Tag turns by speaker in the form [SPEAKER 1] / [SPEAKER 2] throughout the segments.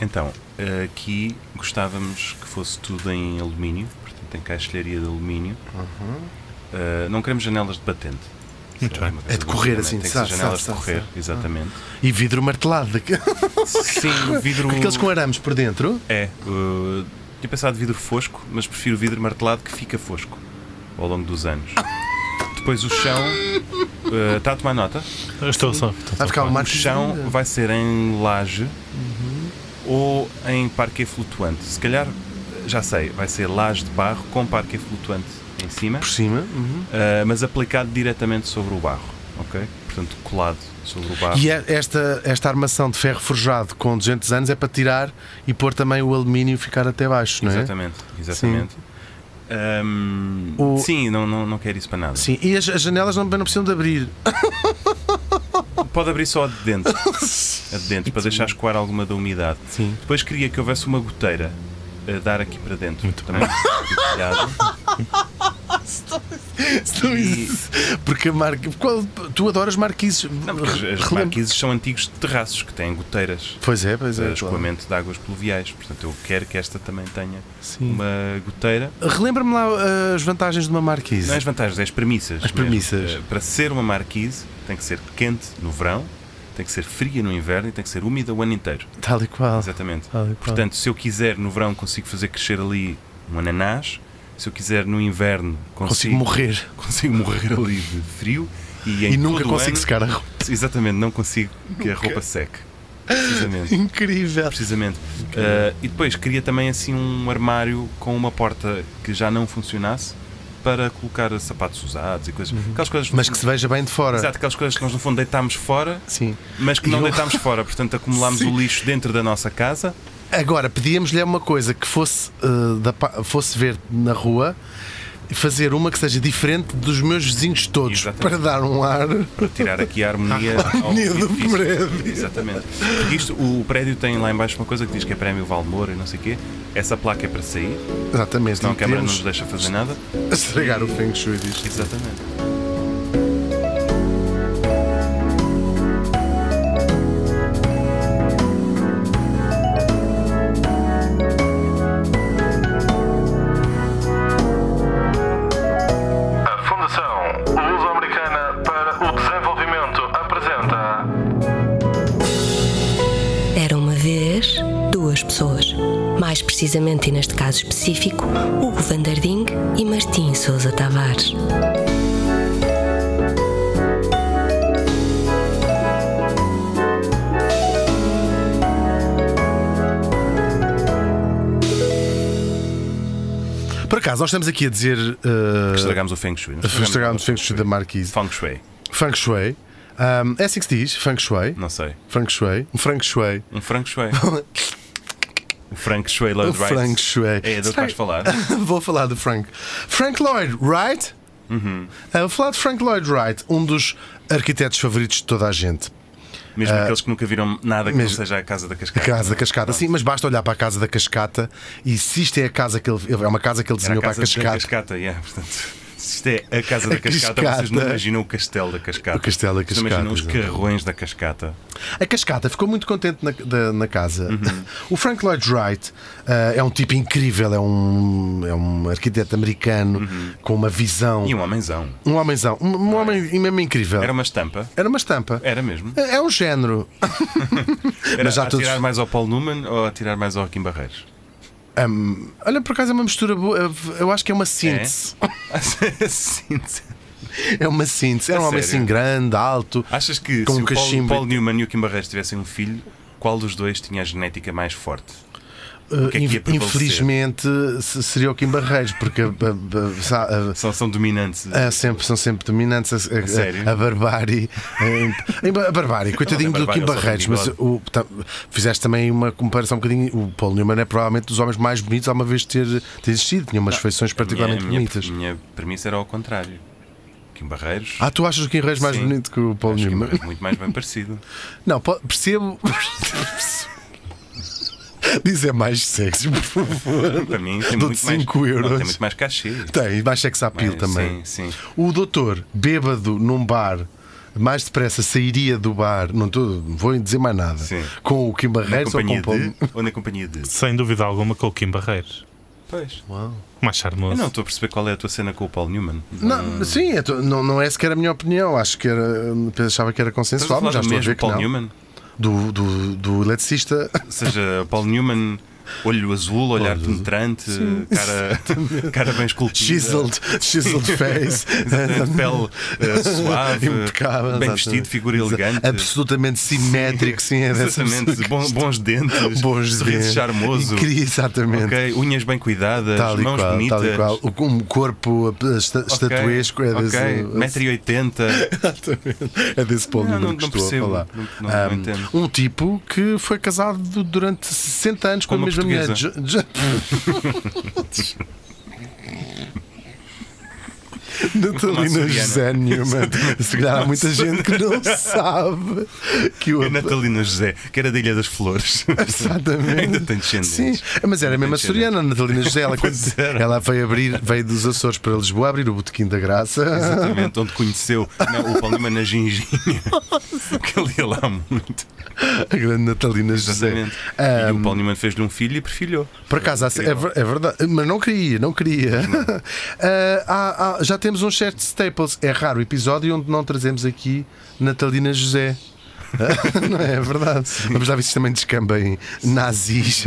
[SPEAKER 1] Então, aqui gostávamos que fosse tudo em alumínio, portanto, em caixilharia de alumínio. Uh, não queremos janelas de batente.
[SPEAKER 2] Muito
[SPEAKER 1] Será
[SPEAKER 2] bem.
[SPEAKER 1] uma
[SPEAKER 2] É
[SPEAKER 1] coisa muito
[SPEAKER 2] de correr,
[SPEAKER 1] importante,
[SPEAKER 2] assim,
[SPEAKER 1] Tem que
[SPEAKER 2] sa-
[SPEAKER 1] ser janelas
[SPEAKER 2] sa-
[SPEAKER 1] de
[SPEAKER 2] sa-
[SPEAKER 1] correr,
[SPEAKER 2] sa-
[SPEAKER 1] exatamente.
[SPEAKER 2] E vidro martelado.
[SPEAKER 1] Sim, vidro.
[SPEAKER 2] Aqueles Ah. com arames por dentro.
[SPEAKER 1] É, uh, tinha pensado vidro fosco, mas prefiro vidro martelado que fica fosco ao longo dos anos. Depois o chão. uh, está a tomar nota?
[SPEAKER 3] Estou só. Estou
[SPEAKER 2] Vai
[SPEAKER 3] só
[SPEAKER 2] ficar o
[SPEAKER 1] O
[SPEAKER 2] Marcos.
[SPEAKER 1] chão vai ser em laje
[SPEAKER 2] Uhum.
[SPEAKER 1] ou em parquet flutuante. Se calhar, já sei, vai ser laje de barro com parquet flutuante em cima,
[SPEAKER 2] Por cima. uhum.
[SPEAKER 1] uh, mas aplicado diretamente sobre o barro, ok? Portanto, colado sobre o barro.
[SPEAKER 2] E é, a- esta, esta armação de ferro forjado com 200 anos é para tirar e pôr também o alumínio e ficar até baixo, não é?
[SPEAKER 1] Exatamente, exatamente. Ahm,
[SPEAKER 2] O-
[SPEAKER 1] Sim, não, não, não quero isso para nada.
[SPEAKER 2] Sim, e as, as janelas não, não precisam de abrir.
[SPEAKER 1] Pode abrir só a de dentro. A de dentro, para deixar escoar alguma da umidade.
[SPEAKER 2] Sim.
[SPEAKER 1] Depois queria que houvesse uma goteira a dar aqui para dentro.
[SPEAKER 3] Muito
[SPEAKER 1] também. Obrigado. E-
[SPEAKER 2] Porque a marca. qual- tu adoras marquises.
[SPEAKER 1] Não, porque as- as
[SPEAKER 2] Relembro-
[SPEAKER 1] marquises são antigos terraços que têm goteiras.
[SPEAKER 2] Pois é, pois
[SPEAKER 1] de
[SPEAKER 2] é. claro.
[SPEAKER 1] escoamento de águas pluviais, portanto eu quero que esta também tenha
[SPEAKER 2] Sim.
[SPEAKER 1] uma goteira.
[SPEAKER 2] Relembra-me lá ah, as vantagens de uma marquise.
[SPEAKER 1] Não é as vantagens, é as premissas.
[SPEAKER 2] As
[SPEAKER 1] mesmo.
[SPEAKER 2] premissas.
[SPEAKER 1] Eh, Para ser uma marquise, tem que ser quente no verão, tem que ser fria no inverno e tem que ser úmida o ano inteiro.
[SPEAKER 2] Tal e qual.
[SPEAKER 1] Exatamente.
[SPEAKER 2] Tal e qual.
[SPEAKER 1] Portanto, se eu quiser no verão, consigo fazer crescer ali um ananás. Se eu quiser no inverno,
[SPEAKER 2] Consigo
[SPEAKER 1] consigo,
[SPEAKER 2] morrer
[SPEAKER 1] consigo morrer ali de frio. E, em
[SPEAKER 2] e nunca
[SPEAKER 1] todo o
[SPEAKER 2] consigo
[SPEAKER 1] ano-
[SPEAKER 2] secar a roupa.
[SPEAKER 1] Exatamente, não consigo que a roupa seque. Precisamente.
[SPEAKER 2] Incrível.
[SPEAKER 1] Precisamente. Ah, e depois queria também assim um armário com uma porta que já não funcionasse para colocar sapatos usados e coisas. Aquelas coisas
[SPEAKER 2] Uhum. Mas que se veja bem de fora.
[SPEAKER 1] Exato, aquelas coisas que nós no fundo deitámos fora,
[SPEAKER 2] Sim.
[SPEAKER 1] mas que
[SPEAKER 2] E
[SPEAKER 1] não
[SPEAKER 2] eu-
[SPEAKER 1] deitámos fora, portanto acumulámos
[SPEAKER 2] Sim.
[SPEAKER 1] o lixo dentro da nossa casa.
[SPEAKER 2] Agora, pedíamos-lhe uma coisa que fosse, ah, da pa- fosse ver na rua e fazer uma que seja diferente dos meus vizinhos todos
[SPEAKER 1] Exatamente.
[SPEAKER 2] para dar um ar.
[SPEAKER 1] tirar aqui a harmonia ao
[SPEAKER 2] harmonia do
[SPEAKER 1] edifício.
[SPEAKER 2] prédio.
[SPEAKER 1] Exatamente. Porque isto, o prédio tem lá em baixo uma coisa que diz que é prémio Valmor e não sei o quê. Essa placa é para sair,
[SPEAKER 2] Exatamente.
[SPEAKER 1] senão a Câmara não
[SPEAKER 2] não queremos
[SPEAKER 1] nos deixa fazer nada.
[SPEAKER 2] estragar o Feng Shui disto.
[SPEAKER 1] Exatamente.
[SPEAKER 2] Eh,
[SPEAKER 4] A Fundação Luso-Americana para o Desenvolvimento apresenta
[SPEAKER 5] Era uma vez duas pessoas. Mais precisamente, e neste caso específico, Hugo Vandarding e Martim Sousa Tavares.
[SPEAKER 2] Por acaso, nós estamos aqui a dizer. ah,
[SPEAKER 1] Estragámos o Feng Shui. não
[SPEAKER 2] Estragámos o Feng Shui da Marquise.
[SPEAKER 1] Feng Shui,
[SPEAKER 2] Feng Shui. Ahm, é assim que se diz? Feng Shui?
[SPEAKER 1] não sei.
[SPEAKER 2] Feng Shui? Um Feng Shui.
[SPEAKER 1] Um Frank Shui. o Frank Shui Lloyd
[SPEAKER 2] Um
[SPEAKER 1] Wright.
[SPEAKER 2] Frank Shui.
[SPEAKER 1] É, do que
[SPEAKER 2] Será-
[SPEAKER 1] vais falar.
[SPEAKER 2] Vou falar de Frank. Frank Lloyd Wright?
[SPEAKER 1] Uhum.
[SPEAKER 2] Ah, vou falar de Frank Lloyd Wright, um dos arquitetos favoritos de toda a gente.
[SPEAKER 1] Mesmo aqueles que nunca viram nada que
[SPEAKER 2] mesmo-
[SPEAKER 1] não seja a Casa da
[SPEAKER 2] A
[SPEAKER 1] Cascada.
[SPEAKER 2] Casa da Cascata, sim, mas basta olhar para a Casa da Cascata e se isto é a casa que ele. É uma casa que ele
[SPEAKER 1] Era
[SPEAKER 2] desenhou
[SPEAKER 1] a
[SPEAKER 2] para a
[SPEAKER 1] Casa
[SPEAKER 2] Cascata.
[SPEAKER 1] da Cascata, yeah, portanto. Se isto é a Casa da
[SPEAKER 2] A
[SPEAKER 1] Cascata, vocês
[SPEAKER 2] Cascata.
[SPEAKER 1] não imaginam o Castelo da Cascata.
[SPEAKER 2] O Castelo da
[SPEAKER 1] Vocês não imaginam os
[SPEAKER 2] Cascata, exato.
[SPEAKER 1] carrões da Cascata.
[SPEAKER 2] A Cascata ficou muito contente na, da- na casa.
[SPEAKER 1] Uhum.
[SPEAKER 2] O Frank Lloyd Wright ah, é um tipo incrível, é um, é um arquiteto americano com uma visão.
[SPEAKER 1] Uhum. E um homenzão.
[SPEAKER 2] Um homenzão, um, um homem mesmo incrível.
[SPEAKER 1] Era
[SPEAKER 2] Era,
[SPEAKER 1] uma estampa.
[SPEAKER 2] uma estampa.
[SPEAKER 1] Era mesmo.
[SPEAKER 2] É, é um género.
[SPEAKER 1] Era
[SPEAKER 2] Mas já
[SPEAKER 1] a
[SPEAKER 2] todos-
[SPEAKER 1] tirar mais ao Paulo Newman ou a tirar mais ao Kim Barreiros?
[SPEAKER 2] Olha, por acaso é uma mistura boa.
[SPEAKER 1] eh,
[SPEAKER 2] Eu- Eu acho que é uma síntese.
[SPEAKER 1] Sim, sim.
[SPEAKER 2] É, uma síntese. Era um
[SPEAKER 1] A
[SPEAKER 2] homem
[SPEAKER 1] sério? Ah,
[SPEAKER 2] assim grande, alto.
[SPEAKER 1] Achas que
[SPEAKER 2] Com
[SPEAKER 1] se
[SPEAKER 2] um
[SPEAKER 1] o Paulo,
[SPEAKER 2] cachimbo.
[SPEAKER 1] Paulo Newman e o Kim Barreiros tivessem um filho, qual dos dois tinha a genética mais forte? que
[SPEAKER 2] Uh,
[SPEAKER 1] é que ia
[SPEAKER 2] inf-
[SPEAKER 1] prevalecer?
[SPEAKER 2] infelizmente se- seria o Kim Barreiros, porque a- a- a- sa- a-
[SPEAKER 1] São, são dominantes.
[SPEAKER 2] a- sempre- são sempre dominantes a, a-
[SPEAKER 1] sério? Então,
[SPEAKER 2] a, a barbárie. eh, A, a barbárie, coitadinho do
[SPEAKER 1] barbárie, ele
[SPEAKER 2] Kim
[SPEAKER 1] só tem
[SPEAKER 2] Barreiros, mas
[SPEAKER 1] bigode.
[SPEAKER 2] o- tá- fizeste também uma comparação um bocadinho. O Paulo Newman é provavelmente dos homens mais bonitos alguma vez de ter, ter existido, tinha umas feições particularmente
[SPEAKER 1] minha,
[SPEAKER 2] bonitas.
[SPEAKER 1] é A minha premissa era ao contrário. Kim Barreiros.
[SPEAKER 2] Ah, tu achas o Kim Barreiros mais
[SPEAKER 1] Sim.
[SPEAKER 2] bonito que o Paulo
[SPEAKER 1] acho é Kim
[SPEAKER 2] Newman?
[SPEAKER 1] Barreiros muito mais bem parecido.
[SPEAKER 2] Não, po- percebo. Diz é mais sexy, por favor.
[SPEAKER 1] Para mim tem
[SPEAKER 2] Dou-te
[SPEAKER 1] muito
[SPEAKER 2] cinco
[SPEAKER 1] mais.
[SPEAKER 2] euros.
[SPEAKER 1] Não, tem muito mais cachê.
[SPEAKER 2] Tem, e mais sex appeal
[SPEAKER 1] Mas,
[SPEAKER 2] também.
[SPEAKER 1] Sim, sim.
[SPEAKER 2] O doutor, bêbado num bar mais depressa sairia do bar, não, tô, não vou dizer mais nada,
[SPEAKER 1] Sim.
[SPEAKER 2] com o Kim
[SPEAKER 1] Na
[SPEAKER 2] Barreiros ou com
[SPEAKER 1] companhia
[SPEAKER 2] o Paulo.
[SPEAKER 1] de. Ou na companhia de.
[SPEAKER 3] Sem dúvida alguma, com o Kim Barreiros.
[SPEAKER 1] Pois.
[SPEAKER 2] Uau.
[SPEAKER 3] O Mais charmoso.
[SPEAKER 1] Eu não estou a perceber qual é a tua cena com o Paul Newman.
[SPEAKER 2] Não, sim, é to- não, não é sequer a minha opinião. Acho que era, achava que
[SPEAKER 1] Estás
[SPEAKER 2] era
[SPEAKER 1] a
[SPEAKER 2] consensual,
[SPEAKER 1] falar
[SPEAKER 2] mas já
[SPEAKER 1] do
[SPEAKER 2] estou a ver
[SPEAKER 1] mesmo
[SPEAKER 2] que
[SPEAKER 1] Paul
[SPEAKER 2] não.
[SPEAKER 1] Newman?
[SPEAKER 2] Do, do, do eletricista.
[SPEAKER 1] Ou seja, Paul Newman, olho azul, olhar penetrante, cara, cara bem esculpida.
[SPEAKER 2] Chiseled, chiseled face.
[SPEAKER 1] Exatamente, pele eh, suave,
[SPEAKER 2] Impecável,
[SPEAKER 1] bem
[SPEAKER 2] exatamente.
[SPEAKER 1] vestido, figura elegante.
[SPEAKER 2] Absolutamente simétrico, sim, é dessa pessoa
[SPEAKER 1] Exatamente,
[SPEAKER 2] que-
[SPEAKER 1] bom- bons dentes,
[SPEAKER 2] Bons
[SPEAKER 1] sorriso
[SPEAKER 2] dentes.
[SPEAKER 1] charmoso,
[SPEAKER 2] Incrível, exatamente.
[SPEAKER 1] ok, unhas bem cuidadas,
[SPEAKER 2] Tal e
[SPEAKER 1] mãos
[SPEAKER 2] qual,
[SPEAKER 1] bonitas,
[SPEAKER 2] tal e qual. O- Um corpo eh, esta- estatuesco é desse.
[SPEAKER 1] metro e oitenta,
[SPEAKER 2] Exatamente. É desse Paul
[SPEAKER 1] Não,
[SPEAKER 2] Newman
[SPEAKER 1] não-
[SPEAKER 2] que
[SPEAKER 1] não
[SPEAKER 2] estou a
[SPEAKER 1] percebo.
[SPEAKER 2] falar.
[SPEAKER 1] Não- não- não
[SPEAKER 2] Um,
[SPEAKER 1] entendo.
[SPEAKER 2] um tipo que foi casado du- durante 60 anos com,
[SPEAKER 1] Com
[SPEAKER 2] a
[SPEAKER 1] uma
[SPEAKER 2] mesma mulher.
[SPEAKER 1] portuguesa.
[SPEAKER 2] Jo- Jo- Natalina
[SPEAKER 1] Uma
[SPEAKER 2] José Newman. Se calhar há muita gente que não sabe que o
[SPEAKER 1] a é Natalina José, que era da Ilha das Flores.
[SPEAKER 2] Exatamente.
[SPEAKER 1] Ainda tem descendentes.
[SPEAKER 2] Sim, mas era mesmo
[SPEAKER 1] descendentes.
[SPEAKER 2] açoriana, a Natalina José. Ela,
[SPEAKER 1] Pois era.
[SPEAKER 2] ela veio, abrir, veio dos Açores para Lisboa abrir o Botequim da Graça.
[SPEAKER 1] Exatamente, onde conheceu não, o Palmeiras na Ginginha, que ele ia lá muito.
[SPEAKER 2] A grande Natalina José. Ah,
[SPEAKER 1] Exatamente. e o Paulo Newman fez-lhe um filho e perfilhou.
[SPEAKER 2] Por acaso, é, ver- é verdade, mas não queria, não queria. Ah, há- há- já temos um certo Staples. É raro o episódio onde não trazemos aqui Natalina José. Ah, não é verdade? Vamos lá ver se isto também descamba em nazis.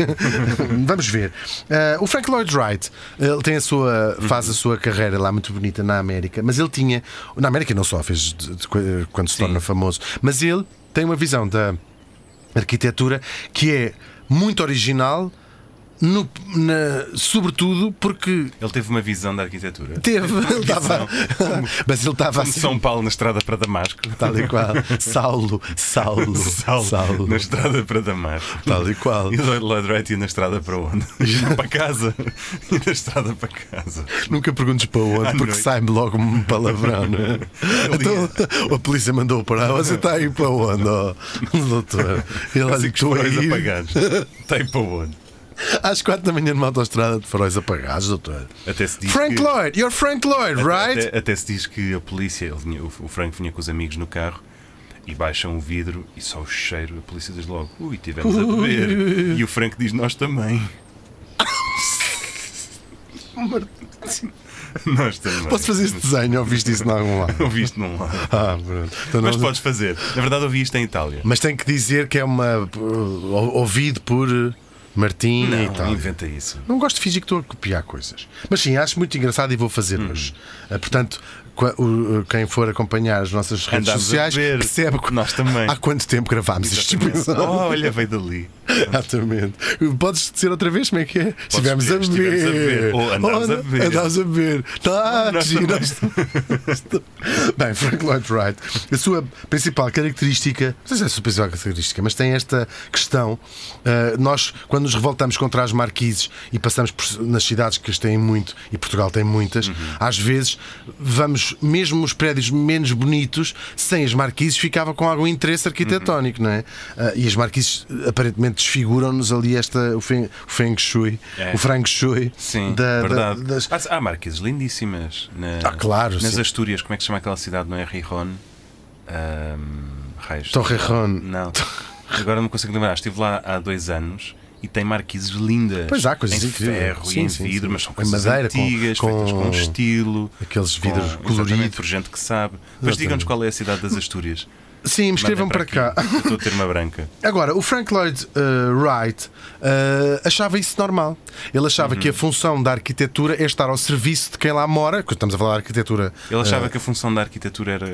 [SPEAKER 2] Vamos ver. Ah, o Frank Lloyd Wright ele tem a sua, faz a sua carreira lá muito bonita na América, mas ele tinha. Na América não só fez de- de- quando se torna famoso, mas ele tem uma visão da arquitetura que é muito original, no- na- sobretudo porque
[SPEAKER 1] Ele teve uma visão da arquitetura.
[SPEAKER 2] teve. Ele estava, mas ele estava
[SPEAKER 1] Como
[SPEAKER 2] assim.
[SPEAKER 1] São Paulo na estrada para Damasco.
[SPEAKER 2] Tal e qual. Saulo, Saulo, Saulo.
[SPEAKER 1] Na estrada para Damasco.
[SPEAKER 2] Tal e qual.
[SPEAKER 1] E o Lloyd Lloyd Wright ia na estrada para onde? para casa. E na estrada para casa.
[SPEAKER 2] Nunca perguntes para onde,
[SPEAKER 1] À
[SPEAKER 2] porque
[SPEAKER 1] noite.
[SPEAKER 2] sai-me logo um palavrão, não é? Então, a polícia mandou para Você está aí para onde, ó, doutor? Ele olha
[SPEAKER 1] Assim
[SPEAKER 2] que
[SPEAKER 1] que os
[SPEAKER 2] estou a
[SPEAKER 1] faróis
[SPEAKER 2] ir
[SPEAKER 1] apagados. Tem para onde?
[SPEAKER 2] às quatro da manhã numa autoestrada de faróis apagados, doutor.
[SPEAKER 1] Até se diz
[SPEAKER 2] Frank
[SPEAKER 1] que-
[SPEAKER 2] Lloyd, you're Frank Lloyd, right?
[SPEAKER 1] Até, até se diz que a polícia, ele vinha- o o Frank vinha com os amigos no carro e baixam o vidro e só o cheiro, a polícia diz logo, ui, tivemos a beber. E o Frank diz, nós também. nós também.
[SPEAKER 2] Posso fazer este desenho? Ouviste isso em algum lado?
[SPEAKER 1] Ouvi isto num lado.
[SPEAKER 2] Ah, pronto. Então
[SPEAKER 1] Mas
[SPEAKER 2] não-
[SPEAKER 1] podes fazer. Na verdade, ouvi isto em Itália.
[SPEAKER 2] Mas tem que dizer que é uma. uh, ou- ouvido por uh, Martim e
[SPEAKER 1] Não,
[SPEAKER 2] tal.
[SPEAKER 1] inventa isso.
[SPEAKER 2] Não gosto de fingir que estou a copiar coisas. Mas sim, acho muito engraçado e vou fazer
[SPEAKER 1] Hum.
[SPEAKER 2] hoje. Ah, Portanto, qua- o- o- quem for acompanhar as nossas redes
[SPEAKER 1] Andámos a
[SPEAKER 2] sociais
[SPEAKER 1] ver.
[SPEAKER 2] percebe que
[SPEAKER 1] Nós também.
[SPEAKER 2] há quanto tempo gravámos este
[SPEAKER 1] Exatamente.
[SPEAKER 2] episódio.
[SPEAKER 1] Oh, olha, veio dali.
[SPEAKER 2] Exatamente. Podes dizer outra vez como é que é? Estivemos a
[SPEAKER 1] dizer,
[SPEAKER 2] beber.
[SPEAKER 1] estivemos a beber. Ou andámos a
[SPEAKER 2] Ora,
[SPEAKER 1] beber.
[SPEAKER 2] andámos a beber. Tá,
[SPEAKER 1] Nós
[SPEAKER 2] giro.
[SPEAKER 1] também.
[SPEAKER 2] Bem, Frank Lloyd Wright, a sua principal característica, não sei se é a sua principal característica, mas tem esta questão. uh, nós, quando nos revoltamos contra as marquises e passamos por- nas cidades que as têm muito, e Portugal tem
[SPEAKER 1] Uhum.
[SPEAKER 2] muitas, às vezes vamos, mesmo os prédios menos bonitos, sem as marquises, ficava com algum interesse arquitetónico,
[SPEAKER 1] Uhum.
[SPEAKER 2] não é? Uh, e as marquises aparentemente desfiguram-nos ali esta, o Feng, o feng Shui,
[SPEAKER 1] É.
[SPEAKER 2] o Frank Shui.
[SPEAKER 1] Sim,
[SPEAKER 2] da- da-
[SPEAKER 1] verdade.
[SPEAKER 2] das-
[SPEAKER 1] Há, há marcas lindíssimas. na-
[SPEAKER 2] Ah, claro,
[SPEAKER 1] Nas
[SPEAKER 2] sim.
[SPEAKER 1] Astúrias, como é que se chama aquela cidade? Não é Rijon? Ahm, raios.
[SPEAKER 2] Torrejón.
[SPEAKER 1] Não. Agora não consigo lembrar. Estive lá há dois anos e tem marquises lindas.
[SPEAKER 2] Pois há, coisas
[SPEAKER 1] em
[SPEAKER 2] incríveis.
[SPEAKER 1] ferro
[SPEAKER 2] Sim,
[SPEAKER 1] e em
[SPEAKER 2] sim,
[SPEAKER 1] vidro,
[SPEAKER 2] sim.
[SPEAKER 1] mas são
[SPEAKER 2] Em
[SPEAKER 1] coisas
[SPEAKER 2] madeira, com-
[SPEAKER 1] antigas, feitas
[SPEAKER 2] com
[SPEAKER 1] com estilo.
[SPEAKER 2] aqueles
[SPEAKER 1] com-
[SPEAKER 2] vidros
[SPEAKER 1] exatamente,
[SPEAKER 2] coloridos.
[SPEAKER 1] Por gente que sabe. Mas digam-nos qual é a cidade das Astúrias.
[SPEAKER 2] Sim, me escrevam para
[SPEAKER 1] Mandem
[SPEAKER 2] cá.
[SPEAKER 1] aqui. Eu Estou a ter uma branca.
[SPEAKER 2] Agora, o Frank Lloyd eh, Wright eh, achava isso normal. Ele achava
[SPEAKER 1] Uhum.
[SPEAKER 2] que a função da arquitetura é estar ao serviço de quem lá mora, que estamos a falar de arquitetura.
[SPEAKER 1] Ele achava
[SPEAKER 2] eh,
[SPEAKER 1] que a função da arquitetura era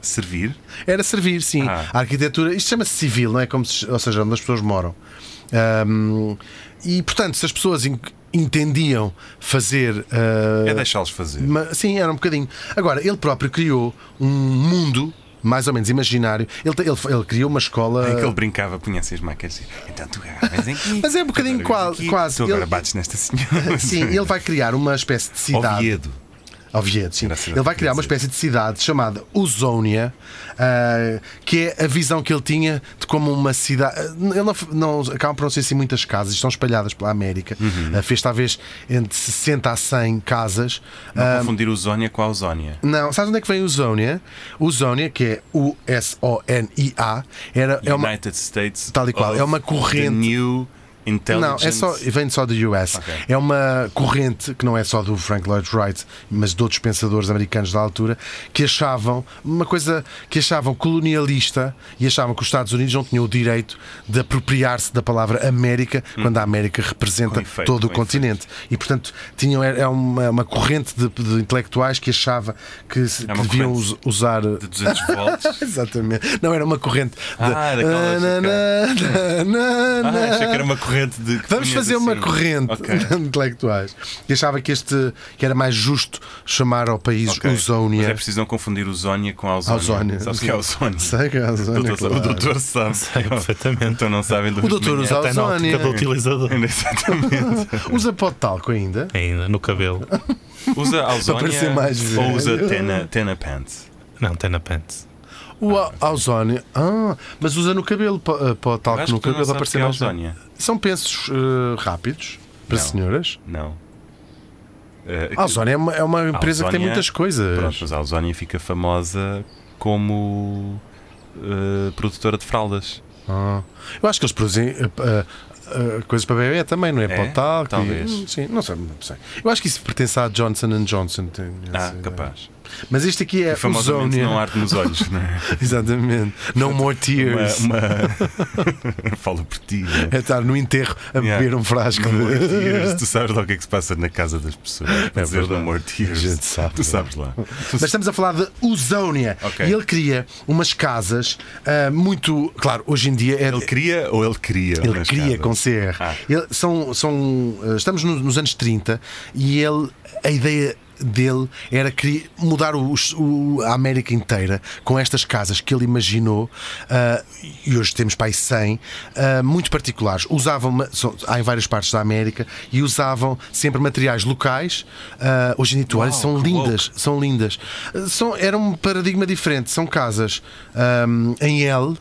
[SPEAKER 1] servir.
[SPEAKER 2] Era servir, sim.
[SPEAKER 1] Ah.
[SPEAKER 2] A arquitetura, isto chama-se civil, não é? Como se- ou seja, onde as pessoas moram. Ahm, e, portanto, se as pessoas en- entendiam fazer. eh,
[SPEAKER 1] É deixá-los fazer.
[SPEAKER 2] Ma- Sim, era um bocadinho. Agora, ele próprio criou um mundo mais ou menos imaginário. Ele, te- ele, f- ele criou uma escola.
[SPEAKER 1] É que ele brincava, punha assim as máquinas e dizia, então tu agarras em aqui.
[SPEAKER 2] Mas é um bocadinho
[SPEAKER 1] tu agarras
[SPEAKER 2] qual-
[SPEAKER 1] aqui,
[SPEAKER 2] quase.
[SPEAKER 1] Tu agora
[SPEAKER 2] Ele-
[SPEAKER 1] bates nesta senhora.
[SPEAKER 2] Sim, ele vai criar uma espécie de cidade.
[SPEAKER 1] Oviedo.
[SPEAKER 2] Oviedo, sim.
[SPEAKER 1] Era a cidade
[SPEAKER 2] Ele vai
[SPEAKER 1] que
[SPEAKER 2] criar
[SPEAKER 1] eu
[SPEAKER 2] uma
[SPEAKER 1] ia dizer.
[SPEAKER 2] espécie de cidade chamada Usónia, ah, que é a visão que ele tinha de como uma cidade. eh, Ele não, não acabam por não ser assim muitas casas, estão espalhadas pela América. Ah, fez talvez entre 60 a 100 casas. Eh,
[SPEAKER 1] Não
[SPEAKER 2] Um,
[SPEAKER 1] confundir o Zónia com a Ausónia.
[SPEAKER 2] Não, sabes onde é que vem Usónia? Usónia, que é U-S-O-N-I-A, era, é uma.
[SPEAKER 1] United States.
[SPEAKER 2] Tal e qual,
[SPEAKER 1] of
[SPEAKER 2] é uma
[SPEAKER 1] the
[SPEAKER 2] corrente.
[SPEAKER 1] New
[SPEAKER 2] Não,
[SPEAKER 1] Intelligence.
[SPEAKER 2] é só, vem só do US.
[SPEAKER 1] Ok.
[SPEAKER 2] É uma corrente que não é só do Frank Lloyd Wright, mas de outros pensadores americanos da altura que achavam uma coisa que achavam colonialista e achavam que os Estados Unidos não tinham o direito de apropriar-se da palavra América quando a América representa
[SPEAKER 1] Hum. Com efeito,
[SPEAKER 2] todo o
[SPEAKER 1] com
[SPEAKER 2] continente. E portanto tinham é uma, uma corrente de, de intelectuais que achava que, se-
[SPEAKER 1] É
[SPEAKER 2] que
[SPEAKER 1] uma
[SPEAKER 2] deviam
[SPEAKER 1] corrente
[SPEAKER 2] us- usar
[SPEAKER 1] De 200 volts.
[SPEAKER 2] Exatamente. Não era uma corrente de
[SPEAKER 1] Ah, daquelas-
[SPEAKER 2] Na, na, na, na,
[SPEAKER 1] Ah, achei que
[SPEAKER 2] na.
[SPEAKER 1] era uma corrente de. que
[SPEAKER 2] Vamos
[SPEAKER 1] punhas
[SPEAKER 2] fazer uma
[SPEAKER 1] assim.
[SPEAKER 2] corrente
[SPEAKER 1] Ok.
[SPEAKER 2] de intelectuais. E achava que este que era mais justo chamar ao país
[SPEAKER 1] Ok. Mas é
[SPEAKER 2] Usónia.
[SPEAKER 1] preciso não confundir o Zónia com a Ausónia.
[SPEAKER 2] Ausónia.
[SPEAKER 1] Sabes o que é a Ausónia?
[SPEAKER 2] Sei que é
[SPEAKER 1] O
[SPEAKER 2] Usónia.
[SPEAKER 1] doutor, o doutor sabe.
[SPEAKER 3] perfeitamente.
[SPEAKER 1] Então não sabem do
[SPEAKER 2] O doutor usa
[SPEAKER 3] Até na ótica
[SPEAKER 2] Ausónia.
[SPEAKER 3] do utilizador.
[SPEAKER 1] Exatamente.
[SPEAKER 2] Usa pó de talco ainda.
[SPEAKER 3] Ainda, no cabelo.
[SPEAKER 1] Usa
[SPEAKER 2] parecer
[SPEAKER 1] Ausónia
[SPEAKER 2] mais
[SPEAKER 1] ou usa
[SPEAKER 2] velho.
[SPEAKER 1] Tena, tena Pants.
[SPEAKER 3] Não, tem na pente.
[SPEAKER 2] O a- Ausónia. Ah, mas usa no cabelo pó ah, pó de
[SPEAKER 1] Eu
[SPEAKER 2] talco
[SPEAKER 1] acho
[SPEAKER 2] no
[SPEAKER 1] que tu
[SPEAKER 2] cabelo
[SPEAKER 1] não
[SPEAKER 2] para
[SPEAKER 1] sabes
[SPEAKER 2] parecer
[SPEAKER 1] que é
[SPEAKER 2] mais.
[SPEAKER 1] Ausónia.
[SPEAKER 2] São pensos eh, rápidos para
[SPEAKER 1] Não.
[SPEAKER 2] senhoras.
[SPEAKER 1] Não. Eh,
[SPEAKER 2] A Ausónia é uma, é uma empresa que tem
[SPEAKER 1] Ausónia-
[SPEAKER 2] muitas coisas.
[SPEAKER 1] Pronto, mas a Ausónia fica famosa como eh, produtora de fraldas.
[SPEAKER 2] Ah. Eu acho que eles produzem ah, ah, ah, coisas para bebê também, não é?
[SPEAKER 1] É?
[SPEAKER 2] Para o talco. e-
[SPEAKER 1] Talvez.
[SPEAKER 2] hum, sim, não sei, não sei. Eu acho que isso pertence à Johnson Johnson. tem essa
[SPEAKER 1] Ah,
[SPEAKER 2] ideia.
[SPEAKER 1] capaz.
[SPEAKER 2] Mas este aqui é
[SPEAKER 1] E famosamente
[SPEAKER 2] Uzonia.
[SPEAKER 1] não arde nos olhos, não é?
[SPEAKER 2] Exatamente. No more tears.
[SPEAKER 1] Uma, uma- Falo por ti, né?
[SPEAKER 2] É estar no enterro a
[SPEAKER 1] Yeah.
[SPEAKER 2] beber um frasco
[SPEAKER 1] No More
[SPEAKER 2] de.
[SPEAKER 1] Tears, tu sabes lá o que é que se passa na casa das pessoas. É dizer
[SPEAKER 2] verdade.
[SPEAKER 1] no More Tears.
[SPEAKER 2] A gente sabe. é?
[SPEAKER 1] Tu sabes lá. Tu
[SPEAKER 2] Mas estamos a falar de Usónia.
[SPEAKER 1] Ok.
[SPEAKER 2] E ele cria umas casas ah, muito. Claro, hoje em dia é,
[SPEAKER 1] Ele queria ou ele queria?
[SPEAKER 2] Ele
[SPEAKER 1] nas
[SPEAKER 2] cria
[SPEAKER 1] casas?
[SPEAKER 2] com CR.
[SPEAKER 1] Ah.
[SPEAKER 2] Ele- são, são, eh, estamos no- nos anos 30 e ele, a ideia dele era cri- mudar os- o- a América inteira com estas casas que ele imaginou ah, e hoje temos para aí 100 ah, muito particulares usavam ma- são- há em várias partes da América e usavam sempre materiais locais Ah, hoje em dia tu olhas, são
[SPEAKER 1] que
[SPEAKER 2] lindas são lindas. São, era um paradigma diferente. São casas ahm, em L,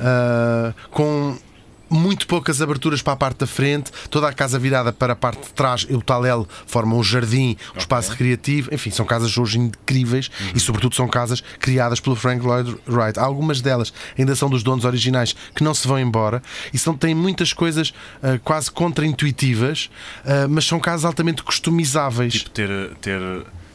[SPEAKER 2] ah, com muito poucas aberturas para a parte da frente, toda a casa virada para a parte de trás, e o tal L forma um jardim, um espaço recreativo. Enfim, são casas hoje incríveis e, sobretudo, são casas criadas pelo Frank Lloyd Wright. Algumas delas ainda são dos donos originais que não se vão embora e são, têm muitas coisas ah, quase contraintuitivas, ah, mas são casas altamente customizáveis.
[SPEAKER 1] Tipo ter, ter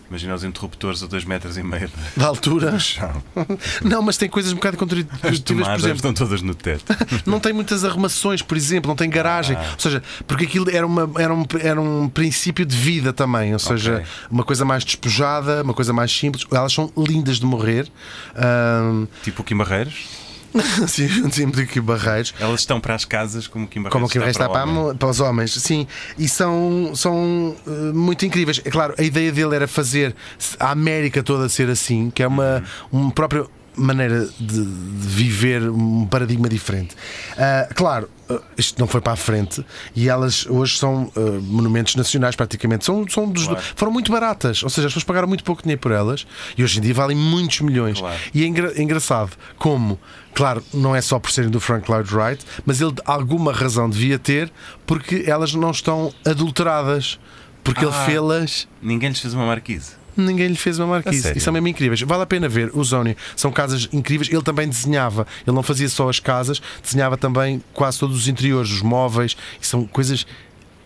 [SPEAKER 1] imagina os interruptores a 2 metros e meio do
[SPEAKER 2] da altura.
[SPEAKER 1] chão.
[SPEAKER 2] Não, mas tem coisas um bocado
[SPEAKER 1] As
[SPEAKER 2] contraditórias, por
[SPEAKER 1] tomadas é?
[SPEAKER 2] exemplo.
[SPEAKER 1] estão todas no teto.
[SPEAKER 2] Não tem muitas arrumações, por exemplo, não tem garagem.
[SPEAKER 1] Ah.
[SPEAKER 2] Ou seja, porque aquilo era, uma, era, um, era um princípio de vida também. Ou seja,
[SPEAKER 1] Ok.
[SPEAKER 2] uma coisa mais despojada, uma coisa mais simples. Elas são lindas de morrer. Ahm,
[SPEAKER 1] tipo o Kim Barreiros.
[SPEAKER 2] Sim, sempre que barreiros.
[SPEAKER 1] Elas estão para as casas como o Kim Barreiros.
[SPEAKER 2] Como que o resto
[SPEAKER 1] está
[SPEAKER 2] está para, a
[SPEAKER 1] o homem.
[SPEAKER 2] mo- para os homens, sim, e são, são eh, muito incríveis. É claro, a ideia dele era fazer a América toda ser assim, que é uma,
[SPEAKER 1] Uhum.
[SPEAKER 2] uma própria maneira de, de viver um paradigma diferente. Ah, claro, ah, isto não foi para a frente e elas hoje são ah, monumentos nacionais praticamente. São, são dos-
[SPEAKER 1] Claro.
[SPEAKER 2] Foram muito baratas, ou seja, as pessoas pagaram muito pouco dinheiro por elas e hoje em dia valem muitos milhões.
[SPEAKER 1] Claro.
[SPEAKER 2] E é engra- engraçado como, claro, não é só por serem do Frank Lloyd Wright, mas ele de alguma razão devia ter, porque elas não estão adulteradas. Porque ele
[SPEAKER 1] Ah.
[SPEAKER 2] fê-las,
[SPEAKER 1] Ninguém lhes fez uma marquise.
[SPEAKER 2] ninguém lhe fez uma
[SPEAKER 1] A
[SPEAKER 2] marquise.
[SPEAKER 1] sério?
[SPEAKER 2] E são mesmo incríveis. Vale a pena ver. O Zónio são casas incríveis. Ele também desenhava. Ele não fazia só as casas, desenhava também quase todos os interiores, os móveis. E são coisas.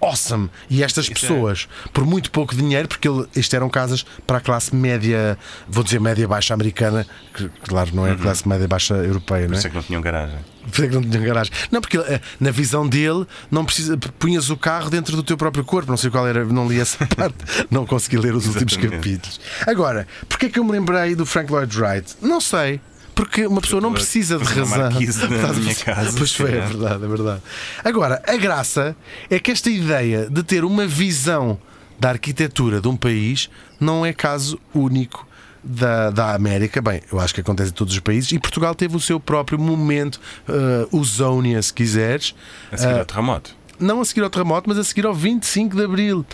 [SPEAKER 2] Awesome! E estas
[SPEAKER 1] Isso é.
[SPEAKER 2] pessoas, por muito pouco dinheiro, porque ele, isto eram casas para a classe média, vou dizer média-baixa americana, que claro, não é
[SPEAKER 1] Uhum.
[SPEAKER 2] a classe média-baixa europeia,
[SPEAKER 1] Por
[SPEAKER 2] não é?
[SPEAKER 1] isso é que não tinham garagem.
[SPEAKER 2] Por isso é que não tinha garagem. Não, porque eh, na visão dele, não precisa, punhas o carro dentro do teu próprio corpo. Não sei qual era, não li essa parte, não consegui ler os últimos
[SPEAKER 1] Exatamente.
[SPEAKER 2] capítulos. Agora, porquê é que eu me lembrei do Frank Lloyd Wright? Não sei. Porque uma pessoa não
[SPEAKER 1] eu
[SPEAKER 2] precisa de
[SPEAKER 1] pus uma
[SPEAKER 2] razão.
[SPEAKER 1] marquise na
[SPEAKER 2] Estás a
[SPEAKER 1] minha
[SPEAKER 2] perceber?
[SPEAKER 1] casa,
[SPEAKER 2] Pois
[SPEAKER 1] se
[SPEAKER 2] foi, é
[SPEAKER 1] calhar.
[SPEAKER 2] verdade, é verdade. Agora, a graça é que esta ideia de ter uma visão da arquitetura de um país não é caso único da, da América. Bem, eu acho que acontece em todos os países e Portugal teve o seu próprio momento, eh, o Zónia, se quiseres.
[SPEAKER 1] A seguir ao terremoto.
[SPEAKER 2] não a seguir ao terremoto, mas a seguir ao 25 de Abril.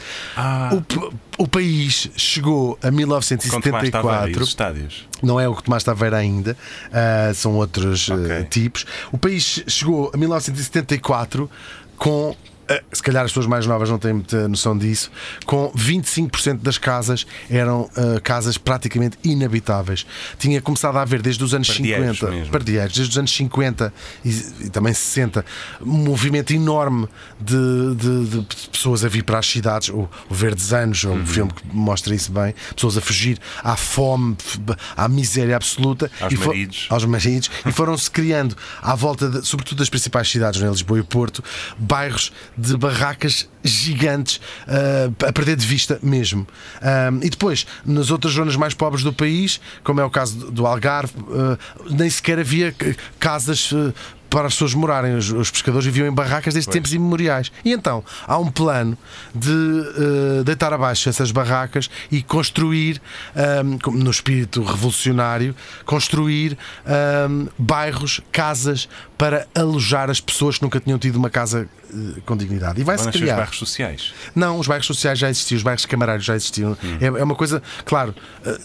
[SPEAKER 2] O, p- o país chegou a
[SPEAKER 1] Ah. Quanto mais estava aí, os
[SPEAKER 2] 1974
[SPEAKER 1] estádios.
[SPEAKER 2] não é o que Tomás Taveira ainda, ah, são outros ah,
[SPEAKER 1] Ok.
[SPEAKER 2] tipos. O país chegou a 1974 com. ah, Se calhar as pessoas mais novas não têm muita noção disso, com 25% das casas eram ah, casas praticamente inabitáveis. Tinha começado a haver desde os anos
[SPEAKER 1] Pardieiros
[SPEAKER 2] 50,
[SPEAKER 1] mesmo. é?
[SPEAKER 2] pardieiros, desde os anos 50 e, e também 60, um movimento enorme de, de- de pessoas a vir para as cidades. O, o Verdes Anos, é
[SPEAKER 1] Uhum.
[SPEAKER 2] um filme que mostra isso bem, pessoas a fugir à fome, f- à miséria absoluta.
[SPEAKER 1] Aos
[SPEAKER 2] e fo-
[SPEAKER 1] maridos.
[SPEAKER 2] aos maridos e foram-se criando à volta, de- sobretudo das principais cidades, né, Lisboa e o Porto, bairros de barracas gigantes ah, a perder de vista mesmo. Ah, e depois, nas outras zonas mais pobres do país, como é o caso do- do Algarve, ah, nem sequer havia c- casas. ah, para as pessoas morarem, os, os pescadores viviam em barracas desde tempos imemoriais. E então há um plano de ah, deitar abaixo essas barracas e construir, ahm, como no espírito revolucionário, construir ahm, bairros, casas para alojar as pessoas que nunca tinham tido uma casa eh, com dignidade. E
[SPEAKER 1] Vão
[SPEAKER 2] vai-se
[SPEAKER 1] nascer os
[SPEAKER 2] criar.
[SPEAKER 1] bairros sociais.
[SPEAKER 2] Não, os bairros sociais já existiam, os bairros camarários já existiam. É, é uma coisa, claro,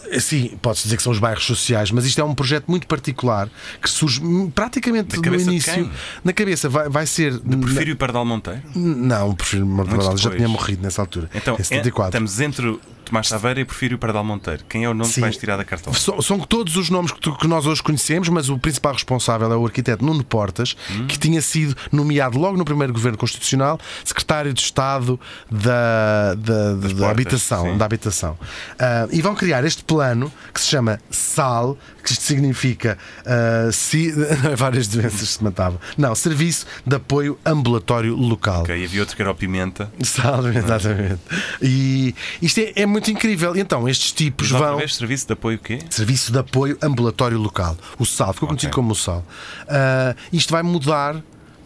[SPEAKER 2] eh, sim, pode-se dizer que são os bairros sociais, mas isto é um projeto muito particular que surge hum, praticamente
[SPEAKER 1] Na
[SPEAKER 2] no
[SPEAKER 1] cabeça de
[SPEAKER 2] início.
[SPEAKER 1] quem?
[SPEAKER 2] Na cabeça, vai, vai ser.
[SPEAKER 1] Prefiro o Pardal Monteiro.
[SPEAKER 2] Não, o Porfírio
[SPEAKER 1] Muito
[SPEAKER 2] Mortal já
[SPEAKER 1] depois.
[SPEAKER 2] tinha morrido nessa altura.
[SPEAKER 1] Então,
[SPEAKER 2] em
[SPEAKER 1] é-
[SPEAKER 2] 74.
[SPEAKER 1] estamos entre o Tomás Taveira e Porfírio Pardal Monteiro. Quem é o nome
[SPEAKER 2] Sim.
[SPEAKER 1] que vais tirar da cartola?
[SPEAKER 2] São, são todos os nomes que, tu- que nós hoje conhecemos, mas o principal responsável é o arquiteto Nuno Portas,
[SPEAKER 1] Hum.
[SPEAKER 2] que tinha sido nomeado logo no primeiro governo constitucional secretário de Estado da, da, da
[SPEAKER 1] portas,
[SPEAKER 2] habitação.
[SPEAKER 1] sim.
[SPEAKER 2] Da habitação. Ah, e vão criar este plano que se chama SAL, que isto significa ah, se- várias doenças se matava. Não, Serviço de Apoio Ambulatório Local.
[SPEAKER 1] Ok, havia outro que era o Pimenta.
[SPEAKER 2] Sabe, exatamente. E isto é, é muito incrível. E então, estes tipos
[SPEAKER 1] Mas outra
[SPEAKER 2] vão.
[SPEAKER 1] vez, serviço de apoio o quê?
[SPEAKER 2] Serviço de Apoio Ambulatório Local, o SAL, ficou conhecido
[SPEAKER 1] Ok.
[SPEAKER 2] como o SAL. Ah, isto vai mudar.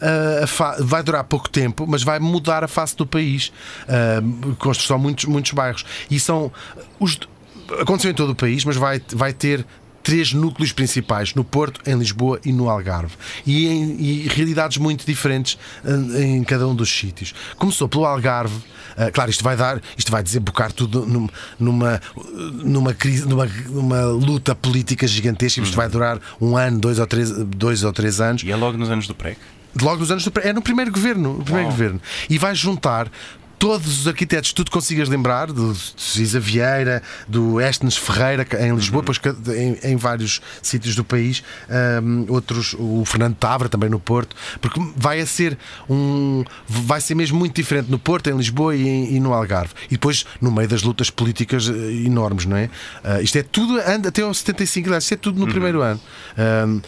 [SPEAKER 2] ah, a fa- vai durar pouco tempo, mas vai mudar a face do país. Ah, construção de muitos, muitos bairros. E são. Os, aconteceu em todo o país, mas vai, vai ter três núcleos principais: no Porto, em Lisboa e no Algarve. E em e realidades muito diferentes ah, em cada um dos sítios. Começou pelo Algarve. ah, claro, isto vai dar, isto vai desembocar tudo num- numa, numa crise, numa, numa luta política gigantesca. Isto vai durar um ano, dois ou três, dois ou três anos.
[SPEAKER 1] E é logo nos anos do PREC.
[SPEAKER 2] Logo nos anos do, é no primeiro governo, no primeiro
[SPEAKER 1] Uau.
[SPEAKER 2] governo. E vai juntar todos os arquitetos que tu te consigas lembrar, do Cisa Vieira, do Estes Ferreira que- em Lisboa, depois que- em, em vários sítios do país, hum, outros, o Fernando Tavra também no Porto, porque vai a ser um vai ser mesmo muito diferente no Porto, em Lisboa e, em- e no Algarve. E depois no meio das lutas políticas eh, enormes, não é? Ah, isto é tudo anda até ao 75, aliás, isto é tudo no primeiro ano. Hum,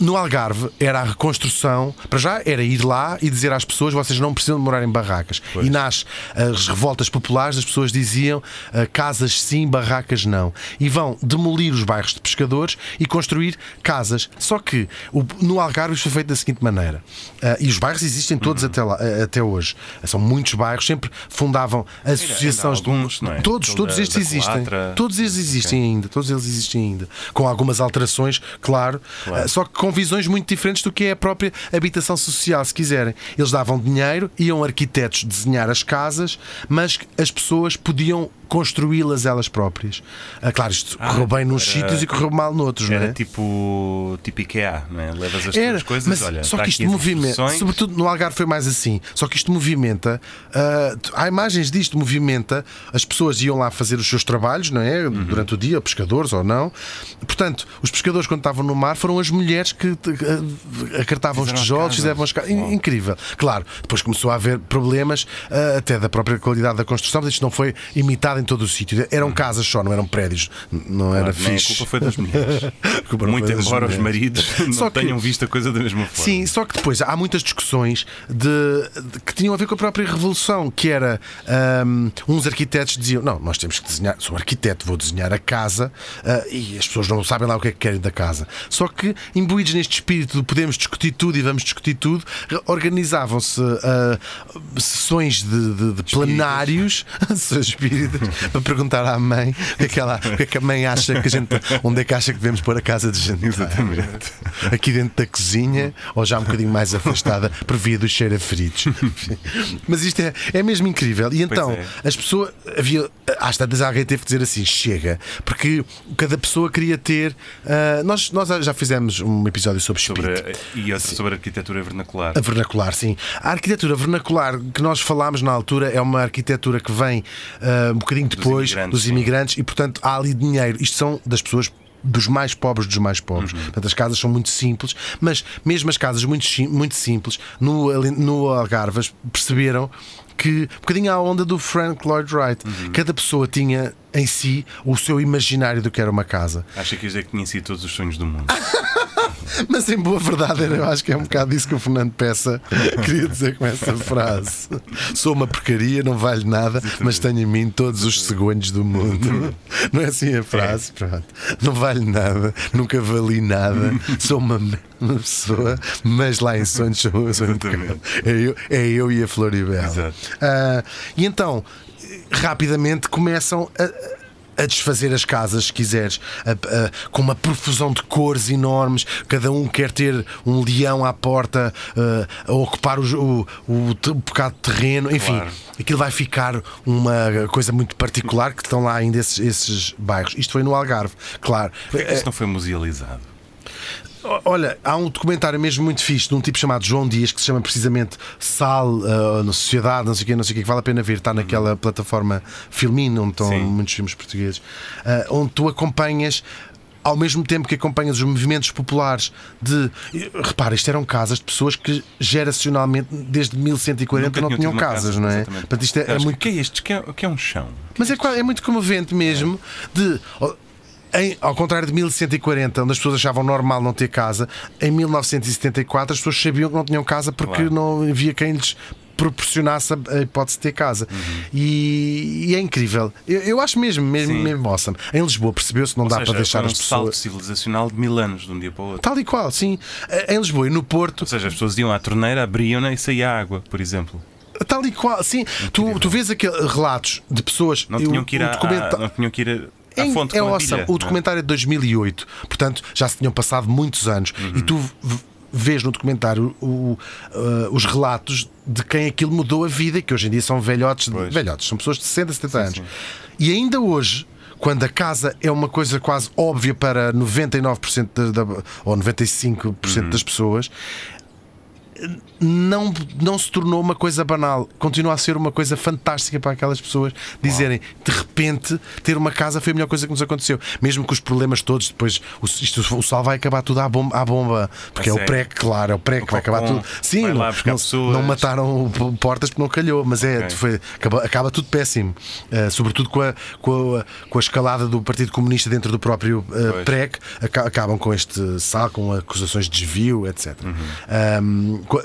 [SPEAKER 2] no Algarve era a reconstrução, para já era ir lá e dizer às pessoas vocês não precisam de morar em barracas. E nas as revoltas populares as pessoas diziam ah, casas sim, barracas não. E vão demolir os bairros de pescadores e construir casas. Só que o- no Algarve isto foi feito da seguinte maneira. Ah, e os bairros existem todos
[SPEAKER 1] Uhum.
[SPEAKER 2] até, lá- ah, até hoje. São muitos bairros, sempre fundavam associações. de-
[SPEAKER 1] alguns, não é?
[SPEAKER 2] Todos,
[SPEAKER 1] Aquele
[SPEAKER 2] todos
[SPEAKER 1] da-
[SPEAKER 2] estes
[SPEAKER 1] da
[SPEAKER 2] existem.
[SPEAKER 1] Colatra.
[SPEAKER 2] Todos eles existem ainda, todos eles existem ainda, com algumas alterações, claro, eh, só que com visões muito diferentes do que é a própria habitação social, se quiserem. Eles davam dinheiro, iam arquitetos desenhar as casas, mas as pessoas podiam construí-las elas próprias. Ah, Claro, isto correu bem nos
[SPEAKER 1] era-
[SPEAKER 2] sítios e correu mal noutros, não
[SPEAKER 1] Era
[SPEAKER 2] é?
[SPEAKER 1] tipo, tipo IKEA, não é? Levas as
[SPEAKER 2] Era,
[SPEAKER 1] tuas coisas,
[SPEAKER 2] mas
[SPEAKER 1] olha.
[SPEAKER 2] só
[SPEAKER 1] tá aqui
[SPEAKER 2] que isto
[SPEAKER 1] as
[SPEAKER 2] movimenta,
[SPEAKER 1] instruções.
[SPEAKER 2] sobretudo no Algarve foi mais assim. Só que isto movimenta, ah, há imagens disto, movimenta, as pessoas iam lá fazer os seus trabalhos, não é? Durante o dia, pescadores ou não. Portanto, os pescadores, quando estavam no mar, foram as mulheres que ah, acartavam os
[SPEAKER 1] Fizeram as
[SPEAKER 2] tijolos,
[SPEAKER 1] casas.
[SPEAKER 2] fizeram as casas. In- Incrível. Claro, depois começou a haver problemas ah, até da própria qualidade da construção, mas isto não foi imitado em todo o sítio.
[SPEAKER 1] Uhum.
[SPEAKER 2] Eram casas só, não eram prédios, n- não era
[SPEAKER 1] Nem é a
[SPEAKER 2] fixe.
[SPEAKER 1] culpa foi das mulheres.
[SPEAKER 2] culpa não
[SPEAKER 1] Muito
[SPEAKER 2] foi das
[SPEAKER 1] embora os
[SPEAKER 2] mulheres.
[SPEAKER 1] maridos não
[SPEAKER 2] Só que-
[SPEAKER 1] tenham visto a coisa da mesma forma.
[SPEAKER 2] Sim, só que depois há muitas discussões de, de- que tinham a ver com a própria revolução, que era hum, uns arquitetos diziam, não, nós temos que desenhar, sou arquiteto, vou desenhar a casa ah, e as pessoas não sabem lá o que é que querem da casa. Só que imbuir movidos neste espírito de podemos discutir tudo e vamos discutir tudo, re- organizavam-se ah, sessões de, de- de plenários, sessões espíritas, para perguntar à mãe o que, é que ela- o que é que a mãe acha que a gente, onde é que acha que devemos pôr a casa de jantar.
[SPEAKER 1] Exatamente.
[SPEAKER 2] Aqui dentro da cozinha, ou já um bocadinho mais afastada, por via do cheiro a feridos. Mas isto é, é mesmo incrível. E então,
[SPEAKER 1] é.
[SPEAKER 2] as pessoas havia às tantas alguém teve que dizer assim chega porque cada pessoa queria ter ah, nós nós já fizemos um episódio sobre espírito
[SPEAKER 1] Sobre, e outra sobre arquitetura vernacular.
[SPEAKER 2] a vernacular, sim. A arquitetura vernacular que nós falámos na altura é uma arquitetura que vem ah, um bocadinho depois dos imigrantes,
[SPEAKER 1] imigrantes, sim.
[SPEAKER 2] e, portanto, há ali dinheiro. Isto são das pessoas. Dos mais pobres dos mais pobres. Portanto, as casas são muito simples, mas mesmo as casas muito, sim- muito simples, no, Alen- no Algarve, as perceberam que, um bocadinho à onda do Frank Lloyd Wright, cada pessoa tinha em si o seu imaginário do que era uma casa.
[SPEAKER 1] Acha que isto é que conheci todos os sonhos do mundo.
[SPEAKER 2] Ah, Mas em boa verdade, eu acho que é um bocado isso que o Fernando Peça queria dizer com essa frase. Sou uma porcaria, não valho nada, mas tenho em mim todos os cegonhos do mundo. Não é assim a frase? Pronto. Não valho nada, nunca vali nada, sou uma, m- uma pessoa, mas lá em sonhos sou, sou um bocado. é, eu, é eu e a Floribela.
[SPEAKER 1] Exato.
[SPEAKER 2] Ah, e então, eh, rapidamente começam a. A desfazer as casas, se quiseres, a- a- com uma profusão de cores enormes, cada um quer ter um leão à porta eh, a ocupar os- o, o, te- o bocado de terreno, enfim,
[SPEAKER 1] Claro.
[SPEAKER 2] aquilo vai ficar uma coisa muito particular que estão lá ainda esses, esses bairros. Isto foi no Algarve, claro.
[SPEAKER 1] Porquê que isto não foi musealizado?
[SPEAKER 2] O- Olha, há um documentário mesmo muito fixe de um tipo chamado João Dias que se chama precisamente Sal ah, na Sociedade, não sei o quê, não sei o quê, que vale a pena ver. Está naquela plataforma Filmin, onde estão
[SPEAKER 1] Sim.
[SPEAKER 2] muitos filmes portugueses, ah, onde tu acompanhas. Ao mesmo tempo que acompanhas os movimentos populares de. e, Repara, isto eram casas de pessoas que geracionalmente, desde 1140,
[SPEAKER 1] Nunca
[SPEAKER 2] não
[SPEAKER 1] tinham
[SPEAKER 2] tinham
[SPEAKER 1] tido uma
[SPEAKER 2] casas,
[SPEAKER 1] casa,
[SPEAKER 2] não é?
[SPEAKER 1] exatamente.
[SPEAKER 2] Portanto, isto é, é
[SPEAKER 1] Acho que
[SPEAKER 2] muito
[SPEAKER 1] O que é isto? O que é, o que é um chão?
[SPEAKER 2] mas é, qua- é muito comovente mesmo de. ó, em- ao contrário de 1140, onde as pessoas achavam normal não ter casa, em 1974 as pessoas sabiam que não tinham casa porque
[SPEAKER 1] Claro.
[SPEAKER 2] não havia quem lhes proporcionasse a- a hipótese de ter casa. E, e é incrível. Eu, eu acho mesmo, mesmo,
[SPEAKER 1] Uhum. Sim.
[SPEAKER 2] mesmo awesome. Em Lisboa percebeu-se, não dá
[SPEAKER 1] Ou seja,
[SPEAKER 2] para deixar
[SPEAKER 1] foi um
[SPEAKER 2] as
[SPEAKER 1] salto
[SPEAKER 2] pessoas.
[SPEAKER 1] civilizacional de mil anos de um dia para o outro.
[SPEAKER 2] Tal e qual, sim. Em Lisboa e no Porto,
[SPEAKER 1] Ou seja, as pessoas iam à torneira, abriam-na e saía água, por exemplo.
[SPEAKER 2] tal e qual, sim. Tu, tu vês aquele, relatos de pessoas.
[SPEAKER 1] Não
[SPEAKER 2] eu-
[SPEAKER 1] tinham que ir,
[SPEAKER 2] o
[SPEAKER 1] à-
[SPEAKER 2] documenta-
[SPEAKER 1] à, não tinham que ir à, à
[SPEAKER 2] É,
[SPEAKER 1] fonte
[SPEAKER 2] é
[SPEAKER 1] com a
[SPEAKER 2] awesome.
[SPEAKER 1] bilha, não
[SPEAKER 2] O
[SPEAKER 1] é?
[SPEAKER 2] documentário é de 2008, portanto já se tinham passado muitos anos
[SPEAKER 1] Uhum.
[SPEAKER 2] e tu v- vês no documentário o- uh, os relatos de quem aquilo mudou a vida, que hoje em dia são velhotes, de-
[SPEAKER 1] Pois.
[SPEAKER 2] velhotes são pessoas de 60, 70 anos. E ainda hoje. Quando a casa é uma coisa quase óbvia para 99% da, da- ou 95%
[SPEAKER 1] Uhum.
[SPEAKER 2] das pessoas, não, não se tornou uma coisa banal, continua a ser uma coisa fantástica para aquelas pessoas dizerem de repente ter uma casa foi a melhor coisa que nos aconteceu, mesmo que os problemas todos depois, o, isto, o sal vai acabar tudo à bomba, à bomba porque
[SPEAKER 1] A
[SPEAKER 2] é o
[SPEAKER 1] sério?
[SPEAKER 2] pré, claro, é o pré que vai acabar
[SPEAKER 1] Copom
[SPEAKER 2] tudo. Sim,
[SPEAKER 1] vai lá
[SPEAKER 2] não,
[SPEAKER 1] buscar
[SPEAKER 2] não-
[SPEAKER 1] pessoas.
[SPEAKER 2] não mataram p- portas porque não calhou, mas é,
[SPEAKER 1] Ok.
[SPEAKER 2] foi- acaba, acaba tudo péssimo, Eh, sobretudo com a, com, a, com a escalada do Partido Comunista dentro do próprio eh,
[SPEAKER 1] Pois.
[SPEAKER 2] PREC, aca- acabam com este sal, com acusações de desvio, etc.
[SPEAKER 1] Uhum.
[SPEAKER 2] Um, co-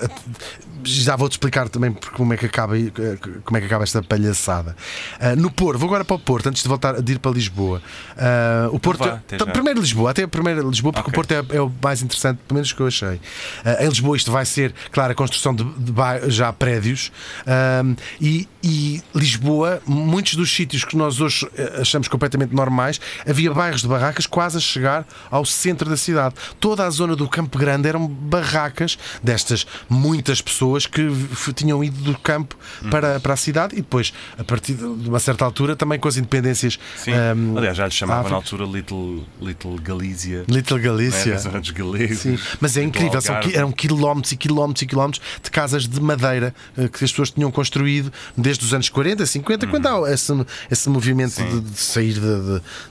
[SPEAKER 2] já vou-te explicar também por- como é que acaba, aí, eh, como é que acaba esta palhaçada. Ah, no Porto, vou agora para o Porto, antes de voltar de ir para Lisboa. Ah, o Porto,
[SPEAKER 1] vá, até
[SPEAKER 2] Então,
[SPEAKER 1] já.
[SPEAKER 2] primeiro Lisboa, até primeiro Lisboa, porque
[SPEAKER 1] Ok.
[SPEAKER 2] o Porto é, é o mais interessante, pelo menos que eu achei. Ah, em Lisboa, isto vai ser, claro, a construção de, de bai- já prédios ahm, e, e Lisboa, muitos dos sítios que nós hoje eh, achamos completamente normais, havia bairros de barracas quase a chegar ao centro da cidade. Toda a zona do Campo Grande eram barracas destas muitas pessoas que f- tinham ido do campo
[SPEAKER 1] Uhum.
[SPEAKER 2] para, para a cidade e depois, a partir de uma certa altura, também com as independências.
[SPEAKER 1] Sim.
[SPEAKER 2] ahm,
[SPEAKER 1] Aliás, já lhe chamavam
[SPEAKER 2] África.
[SPEAKER 1] na altura Little, Little é? Galícia.
[SPEAKER 2] Little
[SPEAKER 1] Galícia.
[SPEAKER 2] Galícia.
[SPEAKER 1] Na zona dos galeses.
[SPEAKER 2] Sim, mas é
[SPEAKER 1] Little
[SPEAKER 2] incrível, são,
[SPEAKER 1] Tipo Algarve.
[SPEAKER 2] qui- eram quilómetros e quilómetros e quilómetros de casas de madeira eh, que as pessoas tinham construído desde os anos 40, 50, quando
[SPEAKER 1] Uhum.
[SPEAKER 2] há esse, esse movimento de, de sair de- de-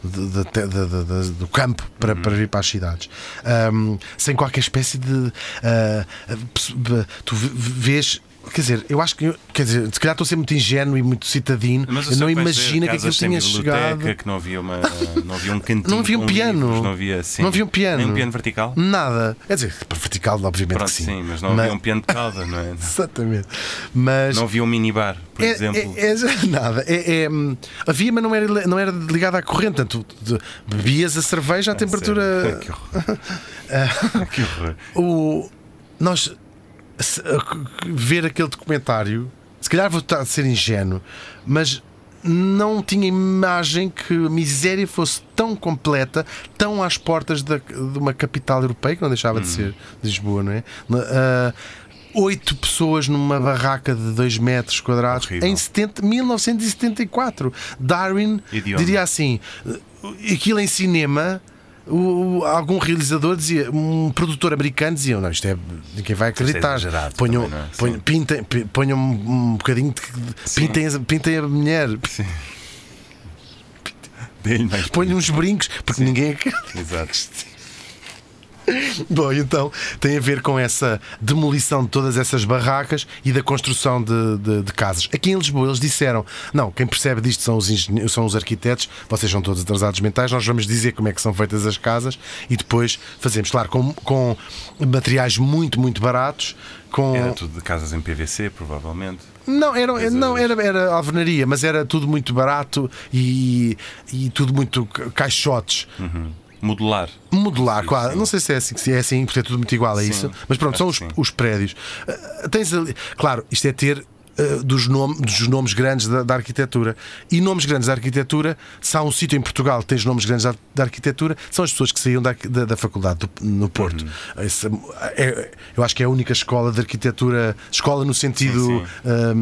[SPEAKER 2] de- de- de- de- de- de- do
[SPEAKER 1] Uhum.
[SPEAKER 2] campo para, para vir para as cidades, Ahm, sem qualquer espécie de ah, ah, b- tu v- vês. Quer dizer, eu acho que. eu- Quer dizer, se calhar estou a ser muito ingênuo e muito citadino.
[SPEAKER 1] Mas o
[SPEAKER 2] eu
[SPEAKER 1] seu
[SPEAKER 2] não
[SPEAKER 1] pai
[SPEAKER 2] imagino
[SPEAKER 1] dizia,
[SPEAKER 2] que aquilo
[SPEAKER 1] casas sem
[SPEAKER 2] tinha
[SPEAKER 1] biblioteca,
[SPEAKER 2] chegado.
[SPEAKER 1] Que não havia, uma, não havia um cantinho.
[SPEAKER 2] Não havia um
[SPEAKER 1] com
[SPEAKER 2] piano.
[SPEAKER 1] livros, não havia assim.
[SPEAKER 2] Não havia um piano.
[SPEAKER 1] Nem um piano vertical.
[SPEAKER 2] Nada. Quer dizer, para vertical, obviamente
[SPEAKER 1] Pronto,
[SPEAKER 2] que
[SPEAKER 1] sim.
[SPEAKER 2] sim.
[SPEAKER 1] mas não havia um piano de cauda, não é?
[SPEAKER 2] Exatamente. Mas.
[SPEAKER 1] Não havia um minibar, por
[SPEAKER 2] É-
[SPEAKER 1] exemplo.
[SPEAKER 2] é- é- nada. É, é, hum, havia, mas não era, ele- não era ligada à corrente. Portanto, tu- tu bebias a cerveja
[SPEAKER 1] É
[SPEAKER 2] à temperatura.
[SPEAKER 1] Que horror. que horror.
[SPEAKER 2] o, nós se- a- c- ver aquele documentário, se calhar vou estar a ser ingênuo, mas não tinha imagem que a miséria fosse tão completa, tão às portas da- de uma capital europeia, que não deixava de ser Lisboa, não é? Na- ah, Oito pessoas numa barraca de 2 metros quadrados
[SPEAKER 1] Horrível.
[SPEAKER 2] em 70, 1974. Darwin
[SPEAKER 1] Idioma.
[SPEAKER 2] diria assim: aquilo em cinema, o- o- algum realizador dizia, um produtor americano dizia: Não, isto é. ninguém vai acreditar.
[SPEAKER 1] exagerado
[SPEAKER 2] ponham,
[SPEAKER 1] também, não é? Sim.
[SPEAKER 2] ponham- pintem, pi- ponham um, um bocadinho de. Pintem, a- pintem a mulher,
[SPEAKER 1] Dei-lhe mais.
[SPEAKER 2] ponham uns brincos, porque ninguém.
[SPEAKER 1] Exato.
[SPEAKER 2] Bom, então tem a ver com essa demolição de todas essas barracas e da construção de, de- de casas. Aqui em Lisboa eles disseram: não, quem percebe disto são os, engenhe- são os arquitetos, vocês são todos atrasados mentais, nós vamos dizer como é que são feitas as casas e depois fazemos, claro, com, com materiais muito, muito baratos. Com...
[SPEAKER 1] Era tudo de casas em PVC, provavelmente.
[SPEAKER 2] Não, era, não
[SPEAKER 1] Coisas-
[SPEAKER 2] era, era alvenaria, mas era tudo muito barato e, e tudo muito ca- caixotes.
[SPEAKER 1] Modular.
[SPEAKER 2] Modular,
[SPEAKER 1] Sim,
[SPEAKER 2] quase.
[SPEAKER 1] sim.
[SPEAKER 2] Não sei se é assim, que se é assim, porque é tudo muito igual a
[SPEAKER 1] Sim,
[SPEAKER 2] isso. Mas pronto, são os,
[SPEAKER 1] acho que sim.
[SPEAKER 2] os prédios. Ah, tens ali- Claro, isto é ter. ah, dos, nom- dos nomes grandes da, da arquitetura. E nomes grandes da arquitetura, se há um sítio em Portugal que tens nomes grandes da, da arquitetura, são as pessoas que saíam da, arqui- da, da faculdade do- no Porto.
[SPEAKER 1] Uhum.
[SPEAKER 2] Esse, é- eu acho que é a única escola de arquitetura, escola no sentido
[SPEAKER 1] Sim,
[SPEAKER 2] ah,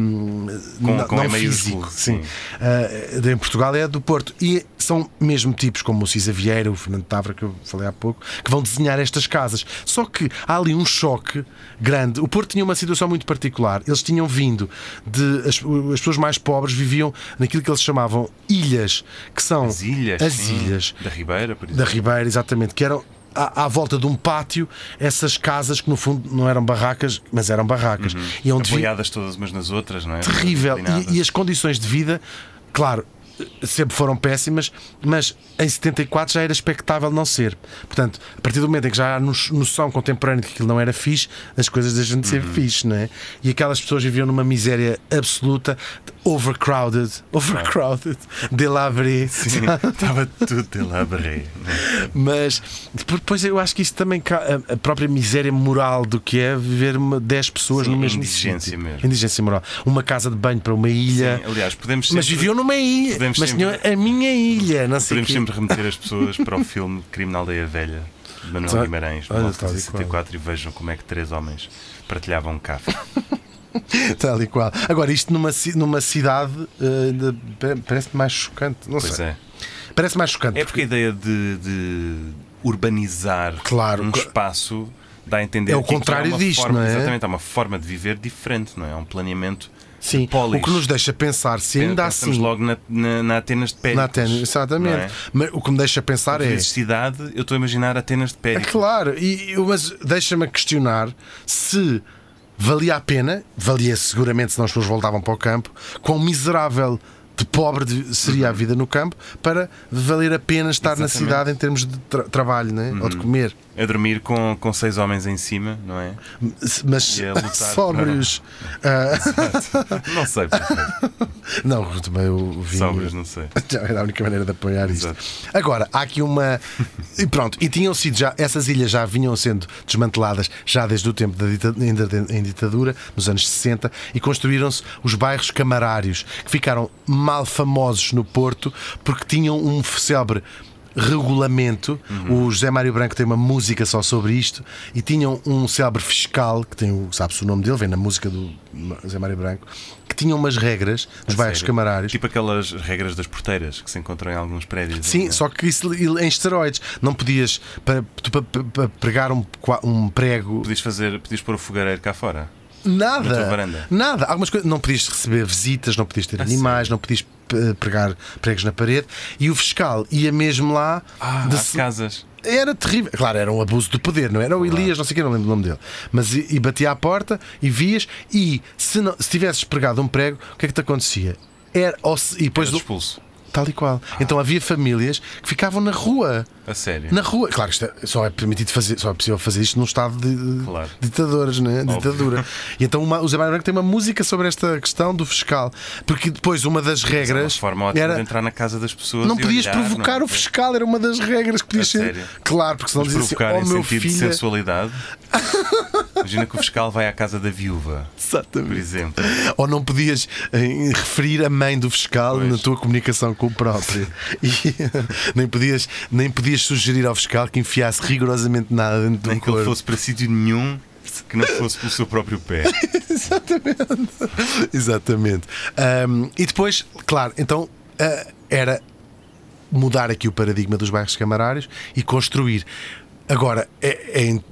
[SPEAKER 1] Com-
[SPEAKER 2] não,
[SPEAKER 1] com
[SPEAKER 2] não
[SPEAKER 1] E maiúsculo,
[SPEAKER 2] físico. Sim.
[SPEAKER 1] sim.
[SPEAKER 2] Ah, de- em Portugal é a do Porto. E são mesmo tipos como o Cisa Vieira, o Fernando Tavra, que eu falei há pouco, que vão desenhar estas casas. Só que há ali um choque grande. O Porto tinha uma situação muito particular. Eles tinham vindo de. As, as pessoas mais pobres viviam naquilo que eles chamavam ilhas, que são.
[SPEAKER 1] As ilhas.
[SPEAKER 2] As
[SPEAKER 1] sim.
[SPEAKER 2] ilhas
[SPEAKER 1] Da Ribeira, por
[SPEAKER 2] da
[SPEAKER 1] exemplo.
[SPEAKER 2] Ribeira, exatamente, que eram à, à volta de um pátio, essas casas que no fundo não eram barracas, mas eram barracas.
[SPEAKER 1] Uhum.
[SPEAKER 2] E é um onde vi-
[SPEAKER 1] Apoiadas todas umas nas outras, não é?
[SPEAKER 2] terrível.
[SPEAKER 1] Inclinadas.
[SPEAKER 2] E, e as condições de vida, claro, sempre foram péssimas, mas em 74 já era expectável não ser. Portanto, a partir do momento em que já há no- noção contemporânea de que aquilo não era fixe, as coisas deixam de
[SPEAKER 1] Uhum.
[SPEAKER 2] ser fixe, não é? E aquelas pessoas viviam numa miséria absoluta, overcrowded, overcrowded, delabré.
[SPEAKER 1] Sim, estava tudo de lá barré.
[SPEAKER 2] Mas depois eu acho que isso também ca- a a própria miséria moral do que é viver uma- 10 pessoas
[SPEAKER 1] Sim,
[SPEAKER 2] no mesmo
[SPEAKER 1] indigência
[SPEAKER 2] sítio.
[SPEAKER 1] mesmo.
[SPEAKER 2] Indigência moral. Uma casa de banho para uma ilha.
[SPEAKER 1] Sim, aliás, podemos
[SPEAKER 2] Mas
[SPEAKER 1] sempre-
[SPEAKER 2] viviam numa ilha.
[SPEAKER 1] podemos
[SPEAKER 2] Mas
[SPEAKER 1] sempre-
[SPEAKER 2] tinham a minha ilha, não sei
[SPEAKER 1] Podemos
[SPEAKER 2] quê.
[SPEAKER 1] sempre remeter as pessoas para o filme Criminal da Aldeia Velha de Manuel
[SPEAKER 2] Olha,
[SPEAKER 1] Guimarães, de
[SPEAKER 2] Tá. olha,
[SPEAKER 1] 1964, e vejam como é que três homens partilhavam um café.
[SPEAKER 2] Tal e qual. Agora, isto numa, ci- numa cidade eh, ainda pa- parece-me mais chocante. Não
[SPEAKER 1] Pois
[SPEAKER 2] sei.
[SPEAKER 1] é.
[SPEAKER 2] Parece mais chocante.
[SPEAKER 1] É porque a ideia de, de urbanizar
[SPEAKER 2] Claro,
[SPEAKER 1] um
[SPEAKER 2] cla-
[SPEAKER 1] espaço dá a entender
[SPEAKER 2] É o
[SPEAKER 1] que aquilo
[SPEAKER 2] contrário
[SPEAKER 1] uma
[SPEAKER 2] disto,
[SPEAKER 1] forma,
[SPEAKER 2] não é?
[SPEAKER 1] Exatamente, há uma forma de viver diferente, não é? É um planeamento
[SPEAKER 2] Sim,
[SPEAKER 1] de polis.
[SPEAKER 2] o que nos deixa pensar, se ainda
[SPEAKER 1] Pensamos
[SPEAKER 2] assim.
[SPEAKER 1] logo na, na, na Atenas de Péricles.
[SPEAKER 2] na Atenas, exatamente.
[SPEAKER 1] não é?
[SPEAKER 2] Mas o que me deixa pensar
[SPEAKER 1] Tu
[SPEAKER 2] é.
[SPEAKER 1] dizes cidade, eu estou a imaginar Atenas de
[SPEAKER 2] É
[SPEAKER 1] Péricles.
[SPEAKER 2] claro, e, e- mas deixa-me questionar se valia a pena, valia seguramente se não as pessoas voltavam para o campo, quão miserável de pobre de- seria a vida no campo para valer a pena estar
[SPEAKER 1] Uhum.
[SPEAKER 2] na
[SPEAKER 1] Exatamente. Uhum.
[SPEAKER 2] cidade em termos de tra- trabalho né? ou de comer.
[SPEAKER 1] A dormir com, com seis homens em cima, não é?
[SPEAKER 2] Mas
[SPEAKER 1] E a lutar
[SPEAKER 2] sóbrios. Ah.
[SPEAKER 1] Não sei, perfeito.
[SPEAKER 2] Não, também o vinho.
[SPEAKER 1] Sobres, não sei.
[SPEAKER 2] Já Era a única maneira de apoiar isto.
[SPEAKER 1] Exato.
[SPEAKER 2] Agora, há aqui uma. E pronto, e tinham sido já. Essas ilhas já vinham sendo desmanteladas já desde o tempo da dita- em da- em ditadura, nos anos 60, e construíram-se os bairros camarários, que ficaram mal famosos no Porto porque tinham um célebre. Regulamento,
[SPEAKER 1] Uhum.
[SPEAKER 2] o José Mário Branco tem uma música só sobre isto e tinham um célebre fiscal que tem, o- sabe-se o nome dele, vem na música do José Mário Branco, que tinham umas regras nos bairros
[SPEAKER 1] Sério?
[SPEAKER 2] camarários.
[SPEAKER 1] Tipo aquelas regras das porteiras que se encontram em alguns prédios.
[SPEAKER 2] Sim,
[SPEAKER 1] não é?
[SPEAKER 2] só que isso em esteroides. Não podias para, tu- para- para- para pregar um, qua- um prego.
[SPEAKER 1] Podias fazer, podias pôr o fogareiro cá fora.
[SPEAKER 2] Nada.
[SPEAKER 1] Na tua varanda.
[SPEAKER 2] Nada. Algumas coisas. Não podias receber visitas, não podias ter animais, não podias eh, pregar pregos na parede. E o fiscal ia mesmo lá.
[SPEAKER 1] Ah,
[SPEAKER 2] de
[SPEAKER 1] há
[SPEAKER 2] se-
[SPEAKER 1] casas.
[SPEAKER 2] Era terrível. Claro, era um abuso de poder, não era? O Elias, não sei quem, não lembro o nome dele. Mas e, e batia à porta e vias. E se, não, se tivesses pregado um prego, o que é que te acontecia? Era, ou se- e depois
[SPEAKER 1] Era
[SPEAKER 2] do-
[SPEAKER 1] expulso. Ah.
[SPEAKER 2] Tal e qual. Então havia famílias que ficavam na rua.
[SPEAKER 1] A sério.
[SPEAKER 2] Na rua. Claro que isto é- só é permitido fazer, só é possível fazer isto num estado de
[SPEAKER 1] Claro.
[SPEAKER 2] ditadoras, né?
[SPEAKER 1] Óbvio.
[SPEAKER 2] Ditadura. E então uma, o Zé Mário Branco tem uma música sobre esta questão do fiscal. Porque depois uma das
[SPEAKER 1] Era é uma
[SPEAKER 2] regras
[SPEAKER 1] forma ótima de
[SPEAKER 2] era.
[SPEAKER 1] entrar na casa das pessoas.
[SPEAKER 2] Não
[SPEAKER 1] e
[SPEAKER 2] podias
[SPEAKER 1] olhar,
[SPEAKER 2] provocar
[SPEAKER 1] não é?
[SPEAKER 2] o fiscal, era uma das regras que podias
[SPEAKER 1] A
[SPEAKER 2] ser.
[SPEAKER 1] sério?
[SPEAKER 2] Claro, porque senão
[SPEAKER 1] Mas
[SPEAKER 2] dizia assim:
[SPEAKER 1] provocar
[SPEAKER 2] oh
[SPEAKER 1] em
[SPEAKER 2] meu
[SPEAKER 1] sentido de
[SPEAKER 2] filho.
[SPEAKER 1] sensualidade. Imagina que o fiscal vai à casa da viúva, por
[SPEAKER 2] Exatamente.
[SPEAKER 1] exemplo.
[SPEAKER 2] Ou não podias eh, referir a mãe do fiscal
[SPEAKER 1] Pois.
[SPEAKER 2] na tua comunicação com o próprio. E eh, nem podias, nem podias sugerir ao fiscal que enfiasse rigorosamente nada dentro do
[SPEAKER 1] Nem que ele
[SPEAKER 2] corpo.
[SPEAKER 1] fosse para sítio nenhum que não fosse pelo seu próprio pé.
[SPEAKER 2] Exatamente. Ahm, e depois, claro, então ah, era mudar aqui o paradigma dos bairros camarários e construir. Agora, é, é in-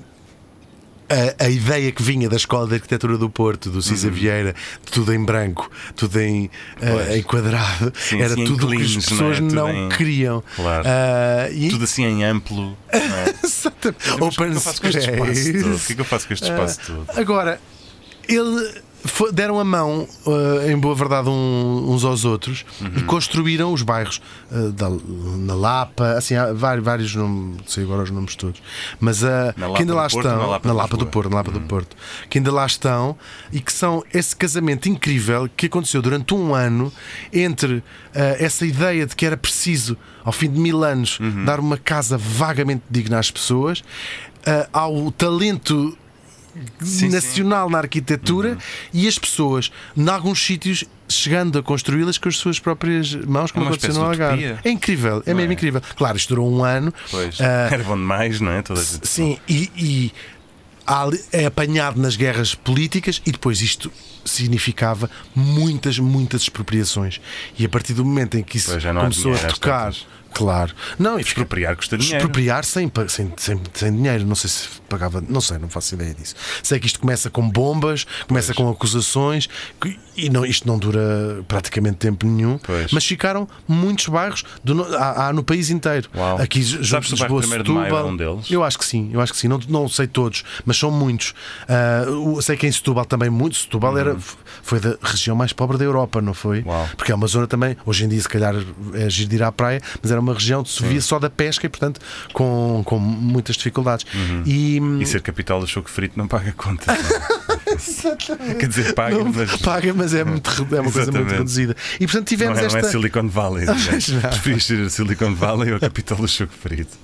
[SPEAKER 2] a, a ideia que vinha da Escola de Arquitetura do Porto, do
[SPEAKER 1] Uhum.
[SPEAKER 2] Cisa Vieira, tudo em branco, tudo em, ah,
[SPEAKER 1] Pois.
[SPEAKER 2] em quadrado,
[SPEAKER 1] Sim,
[SPEAKER 2] era
[SPEAKER 1] sim, em
[SPEAKER 2] tudo o que as
[SPEAKER 1] cleans,
[SPEAKER 2] pessoas
[SPEAKER 1] não é? Tudo
[SPEAKER 2] não,
[SPEAKER 1] em-
[SPEAKER 2] queriam.
[SPEAKER 1] Claro.
[SPEAKER 2] Ah, e-
[SPEAKER 1] Tudo assim em amplo. não é?
[SPEAKER 2] Exatamente.
[SPEAKER 1] Mas o que é
[SPEAKER 2] Open
[SPEAKER 1] que eu faço com este espaço
[SPEAKER 2] space.
[SPEAKER 1] todo? O que é que eu faço com
[SPEAKER 2] Ah.
[SPEAKER 1] este espaço todo?
[SPEAKER 2] Agora, ele fo- deram a mão, eh, em boa verdade, um- uns aos outros
[SPEAKER 1] Uhum.
[SPEAKER 2] e construíram os bairros eh, da- na Lapa, assim, há vários, vários nomes, não sei agora os nomes todos, mas a
[SPEAKER 1] Na Lapa
[SPEAKER 2] que ainda
[SPEAKER 1] do
[SPEAKER 2] lá
[SPEAKER 1] Porto,
[SPEAKER 2] estão,
[SPEAKER 1] na Lapa Uhum.
[SPEAKER 2] na
[SPEAKER 1] de
[SPEAKER 2] Lapa do
[SPEAKER 1] Lisboa.
[SPEAKER 2] Porto, na Lapa do Porto, que ainda lá estão e que são esse casamento incrível que aconteceu durante um ano entre eh, essa ideia de que era preciso, ao fim de mil anos,
[SPEAKER 1] Uhum.
[SPEAKER 2] dar uma casa vagamente digna às pessoas, eh, ao talento
[SPEAKER 1] sim. Uhum.
[SPEAKER 2] nacional na arquitetura e as pessoas, em alguns sítios, chegando a construí-las com as suas próprias mãos, como
[SPEAKER 1] É uma
[SPEAKER 2] aconteceu no
[SPEAKER 1] espécie de
[SPEAKER 2] Algarve.
[SPEAKER 1] utopia.
[SPEAKER 2] É incrível, é mesmo
[SPEAKER 1] é?
[SPEAKER 2] incrível. Claro, isto durou um ano.
[SPEAKER 1] Pois.
[SPEAKER 2] ah,
[SPEAKER 1] Era bom demais, não é? Toda a gente-
[SPEAKER 2] Sim, e, e há ali- é apanhado nas guerras políticas e depois isto significava muitas, muitas expropriações. E a partir do momento em que isso
[SPEAKER 1] Pois, já não há
[SPEAKER 2] começou a
[SPEAKER 1] dinheiro às
[SPEAKER 2] tocar,
[SPEAKER 1] tantas.
[SPEAKER 2] claro, não, e fica-
[SPEAKER 1] Expropriar custa dinheiro.
[SPEAKER 2] expropriar sem, pa- sem, sem, sem dinheiro. Não sei se pagava, não sei, não faço ideia disso. Sei que isto começa com bombas, começa com acusações que- e não, isto não dura praticamente tempo nenhum.
[SPEAKER 1] Pois.
[SPEAKER 2] Mas ficaram muitos bairros do no- há, há no país inteiro.
[SPEAKER 1] Uau.
[SPEAKER 2] Aqui, Ju-
[SPEAKER 1] Sabes se o bairro Primeiro
[SPEAKER 2] Lisboa,
[SPEAKER 1] de Maio
[SPEAKER 2] Setúbal.
[SPEAKER 1] é um deles?
[SPEAKER 2] Eu acho que sim, eu acho que sim. Não, não sei todos, mas são muitos. Ah, o- sei que em Setúbal também muito. Setúbal era, f- foi da região mais pobre da Europa, não foi?
[SPEAKER 1] Uhum. Uau.
[SPEAKER 2] Porque é uma zona também, hoje em dia se calhar é giro de ir à praia, mas era uma região que se via só da pesca e, portanto, com, com muitas dificuldades. E,
[SPEAKER 1] Uhum.
[SPEAKER 2] hum,
[SPEAKER 1] E ser capital do choco frito não paga conta. Quer dizer, paga,
[SPEAKER 2] não,
[SPEAKER 1] mas
[SPEAKER 2] paga, mas é, muito, re- é uma coisa muito
[SPEAKER 1] Exatamente.
[SPEAKER 2] reduzida. E portanto
[SPEAKER 1] não
[SPEAKER 2] tivemos
[SPEAKER 1] é, não é
[SPEAKER 2] esta.
[SPEAKER 1] Silicon Valley. não é?
[SPEAKER 2] Pois não.
[SPEAKER 1] Preferias ser a Silicon Valley ou a capital do choco frito?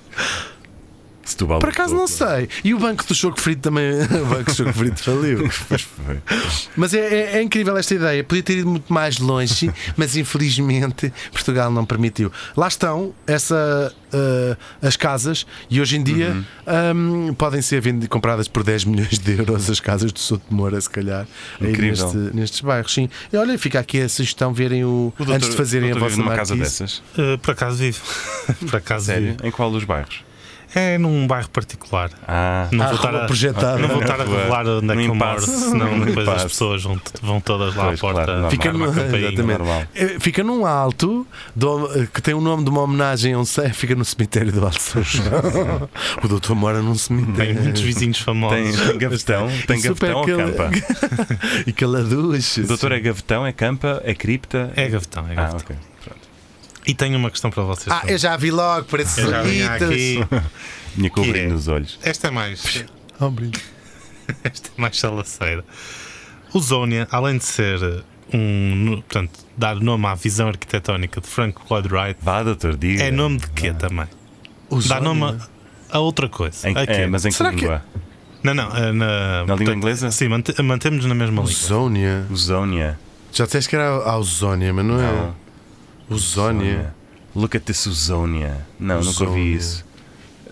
[SPEAKER 1] Setúbal
[SPEAKER 2] Por acaso não
[SPEAKER 1] lutou,
[SPEAKER 2] sei. E o banco do Choco Frito também. o banco do Choco Frito faliu.
[SPEAKER 1] Pois foi.
[SPEAKER 2] Mas é, é- é incrível esta ideia. Podia ter ido muito mais longe, mas infelizmente Portugal não permitiu. Lá estão essa, ah, as casas e hoje em dia ahm, podem ser vendi- compradas por 10 milhões de euros as casas do Souto de Moura, se calhar, aí
[SPEAKER 1] Incrível.
[SPEAKER 2] neste- nestes bairros. Sim. E olha, fica aqui a sugestão verem
[SPEAKER 1] O
[SPEAKER 2] o,
[SPEAKER 1] doutor,
[SPEAKER 2] antes de fazerem
[SPEAKER 1] o
[SPEAKER 2] a
[SPEAKER 1] doutor
[SPEAKER 2] vossa
[SPEAKER 1] vive numa casa
[SPEAKER 2] marquise.
[SPEAKER 1] dessas?
[SPEAKER 3] Eh, por acaso vivo. por acaso
[SPEAKER 1] Sério?
[SPEAKER 3] vivo.
[SPEAKER 1] é, Em qual dos bairros?
[SPEAKER 3] É num bairro particular.
[SPEAKER 1] Ah,
[SPEAKER 3] Não
[SPEAKER 2] À
[SPEAKER 3] vou, estar
[SPEAKER 2] rua
[SPEAKER 3] a,
[SPEAKER 2] projetada.
[SPEAKER 3] não vou estar a
[SPEAKER 1] Rua.
[SPEAKER 3] revelar onde é
[SPEAKER 1] No
[SPEAKER 3] que eu moro,
[SPEAKER 1] impasse.
[SPEAKER 3] senão
[SPEAKER 1] No
[SPEAKER 3] depois as
[SPEAKER 1] impasse.
[SPEAKER 3] pessoas vão, vão todas lá
[SPEAKER 1] Pois,
[SPEAKER 3] à porta.
[SPEAKER 1] claro,
[SPEAKER 2] Fica,
[SPEAKER 1] normal.
[SPEAKER 3] armar
[SPEAKER 2] num-
[SPEAKER 3] uma campainha.
[SPEAKER 2] exatamente.
[SPEAKER 1] normal.
[SPEAKER 2] Eh, fica num alto do- eh, que tem o nome de uma homenagem a um sé, fica no cemitério do Alto São João. o doutor mora num
[SPEAKER 3] Tem
[SPEAKER 2] cemitério.
[SPEAKER 3] muitos vizinhos famosos.
[SPEAKER 1] tem, tem gavetão? Tem
[SPEAKER 2] Super
[SPEAKER 1] gavetão ou
[SPEAKER 2] cal-
[SPEAKER 1] campa?
[SPEAKER 2] e caladuche.
[SPEAKER 1] O doutor é gavetão, é campa, é cripta?
[SPEAKER 3] É gavetão, é
[SPEAKER 1] Ah,
[SPEAKER 3] gavetão.
[SPEAKER 1] ok. Pronto.
[SPEAKER 3] E tenho uma questão para vocês.
[SPEAKER 2] Ah, eu já vi logo, por esses
[SPEAKER 3] Eu já vim aqui.
[SPEAKER 2] olhitos.
[SPEAKER 1] Minha
[SPEAKER 3] Que
[SPEAKER 1] cobrinha
[SPEAKER 3] é?
[SPEAKER 1] nos olhos.
[SPEAKER 3] Esta é mais.
[SPEAKER 2] Oh, brinco.
[SPEAKER 3] Esta é mais salaceira. O Zónia, além de ser um. Portanto, dar nome à visão arquitetónica de Frank Lloyd Wright,
[SPEAKER 1] Vá, doutor, diga.
[SPEAKER 3] é nome de quê também?
[SPEAKER 2] O
[SPEAKER 3] Dá
[SPEAKER 2] Zóio.
[SPEAKER 3] nome a- a outra coisa.
[SPEAKER 1] Em,
[SPEAKER 3] A quê?
[SPEAKER 1] é, mas em que
[SPEAKER 2] Será que-
[SPEAKER 1] língua?
[SPEAKER 3] Não, não. eh, Na,
[SPEAKER 1] Na língua
[SPEAKER 3] portanto,
[SPEAKER 1] inglesa?
[SPEAKER 3] Sim, mante- mantemos-nos na mesma língua.
[SPEAKER 2] Zónia.
[SPEAKER 1] Usonia.
[SPEAKER 2] Já disseste que era a Ausónia, mas não é?
[SPEAKER 1] Não.
[SPEAKER 2] Usónia.
[SPEAKER 1] Ah, Look at this Usonia. Não, nunca ouvi
[SPEAKER 2] Usonia.
[SPEAKER 1] isso.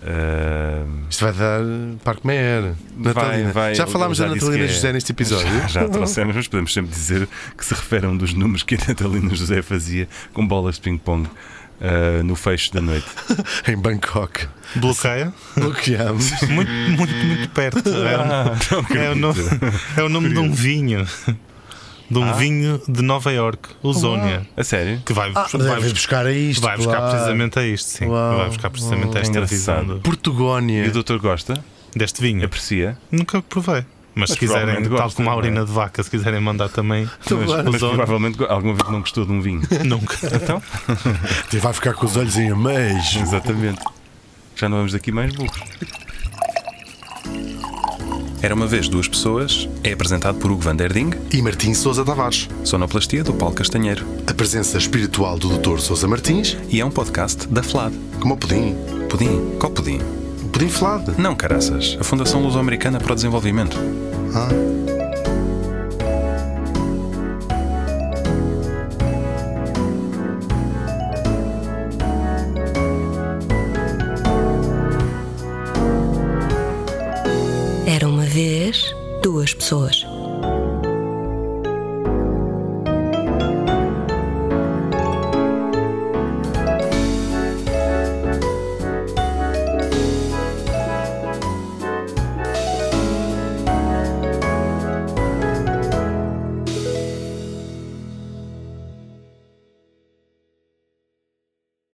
[SPEAKER 1] Ahm,
[SPEAKER 2] Isto vai dar eh, Parque Meyer. Natalina.
[SPEAKER 1] vai,
[SPEAKER 2] já
[SPEAKER 1] eu-
[SPEAKER 2] falámos
[SPEAKER 1] eu
[SPEAKER 2] da
[SPEAKER 1] disse
[SPEAKER 2] Natalina
[SPEAKER 1] que é-
[SPEAKER 2] José neste episódio.
[SPEAKER 1] Já, já trouxemos, mas podemos sempre dizer que se refere a um dos números que a Natalina José fazia com bolas de ping-pong ah, no fecho da noite.
[SPEAKER 2] Em Bangkok. é?
[SPEAKER 3] Bloqueia.
[SPEAKER 2] Bloqueamos.
[SPEAKER 3] Muito, muito, muito perto. É, um-
[SPEAKER 1] não
[SPEAKER 3] é o, nome, é o nome de um vinho. De
[SPEAKER 1] Ah.
[SPEAKER 3] um vinho de Nova York, Ozônia.
[SPEAKER 1] A sério?
[SPEAKER 3] Que vai,
[SPEAKER 2] Ah,
[SPEAKER 3] vai,
[SPEAKER 2] deve buscar a isto.
[SPEAKER 3] vai buscar
[SPEAKER 2] claro.
[SPEAKER 3] precisamente a isto, sim.
[SPEAKER 2] Uau,
[SPEAKER 3] vai buscar precisamente a esta visão
[SPEAKER 1] Engraçado.
[SPEAKER 3] do-
[SPEAKER 1] E o
[SPEAKER 2] Portugónia.
[SPEAKER 1] doutor gosta?
[SPEAKER 3] deste vinho.
[SPEAKER 1] Aprecia?
[SPEAKER 3] Nunca provei. Mas, se quiserem,
[SPEAKER 1] provavelmente
[SPEAKER 3] tal
[SPEAKER 1] gosta,
[SPEAKER 3] como a
[SPEAKER 1] não é?
[SPEAKER 3] urina de vaca, se quiserem mandar também, mas
[SPEAKER 2] bem.
[SPEAKER 1] Mas
[SPEAKER 3] Ozônia,
[SPEAKER 1] provavelmente go- alguma vez não gostou de um vinho.
[SPEAKER 3] nunca.
[SPEAKER 1] Então?
[SPEAKER 2] E Vai ficar com os olhos em ameijo.
[SPEAKER 1] Exatamente. Já não vamos daqui mais burros. Era uma vez duas pessoas é apresentado por Hugo van der Ding,
[SPEAKER 2] E Martim Sousa Tavares.
[SPEAKER 1] sonoplastia do Paulo Castanheiro,
[SPEAKER 2] A presença espiritual do Dr. Sousa Martins,
[SPEAKER 1] e é um podcast da FLAD.
[SPEAKER 2] como o pudim.
[SPEAKER 1] Pudim? Qual pudim?
[SPEAKER 2] O pudim flado.
[SPEAKER 1] Não, caraças. A Fundação Luso-Americana para o Desenvolvimento.
[SPEAKER 2] Ah.
[SPEAKER 5] Era uma vez duas pessoas.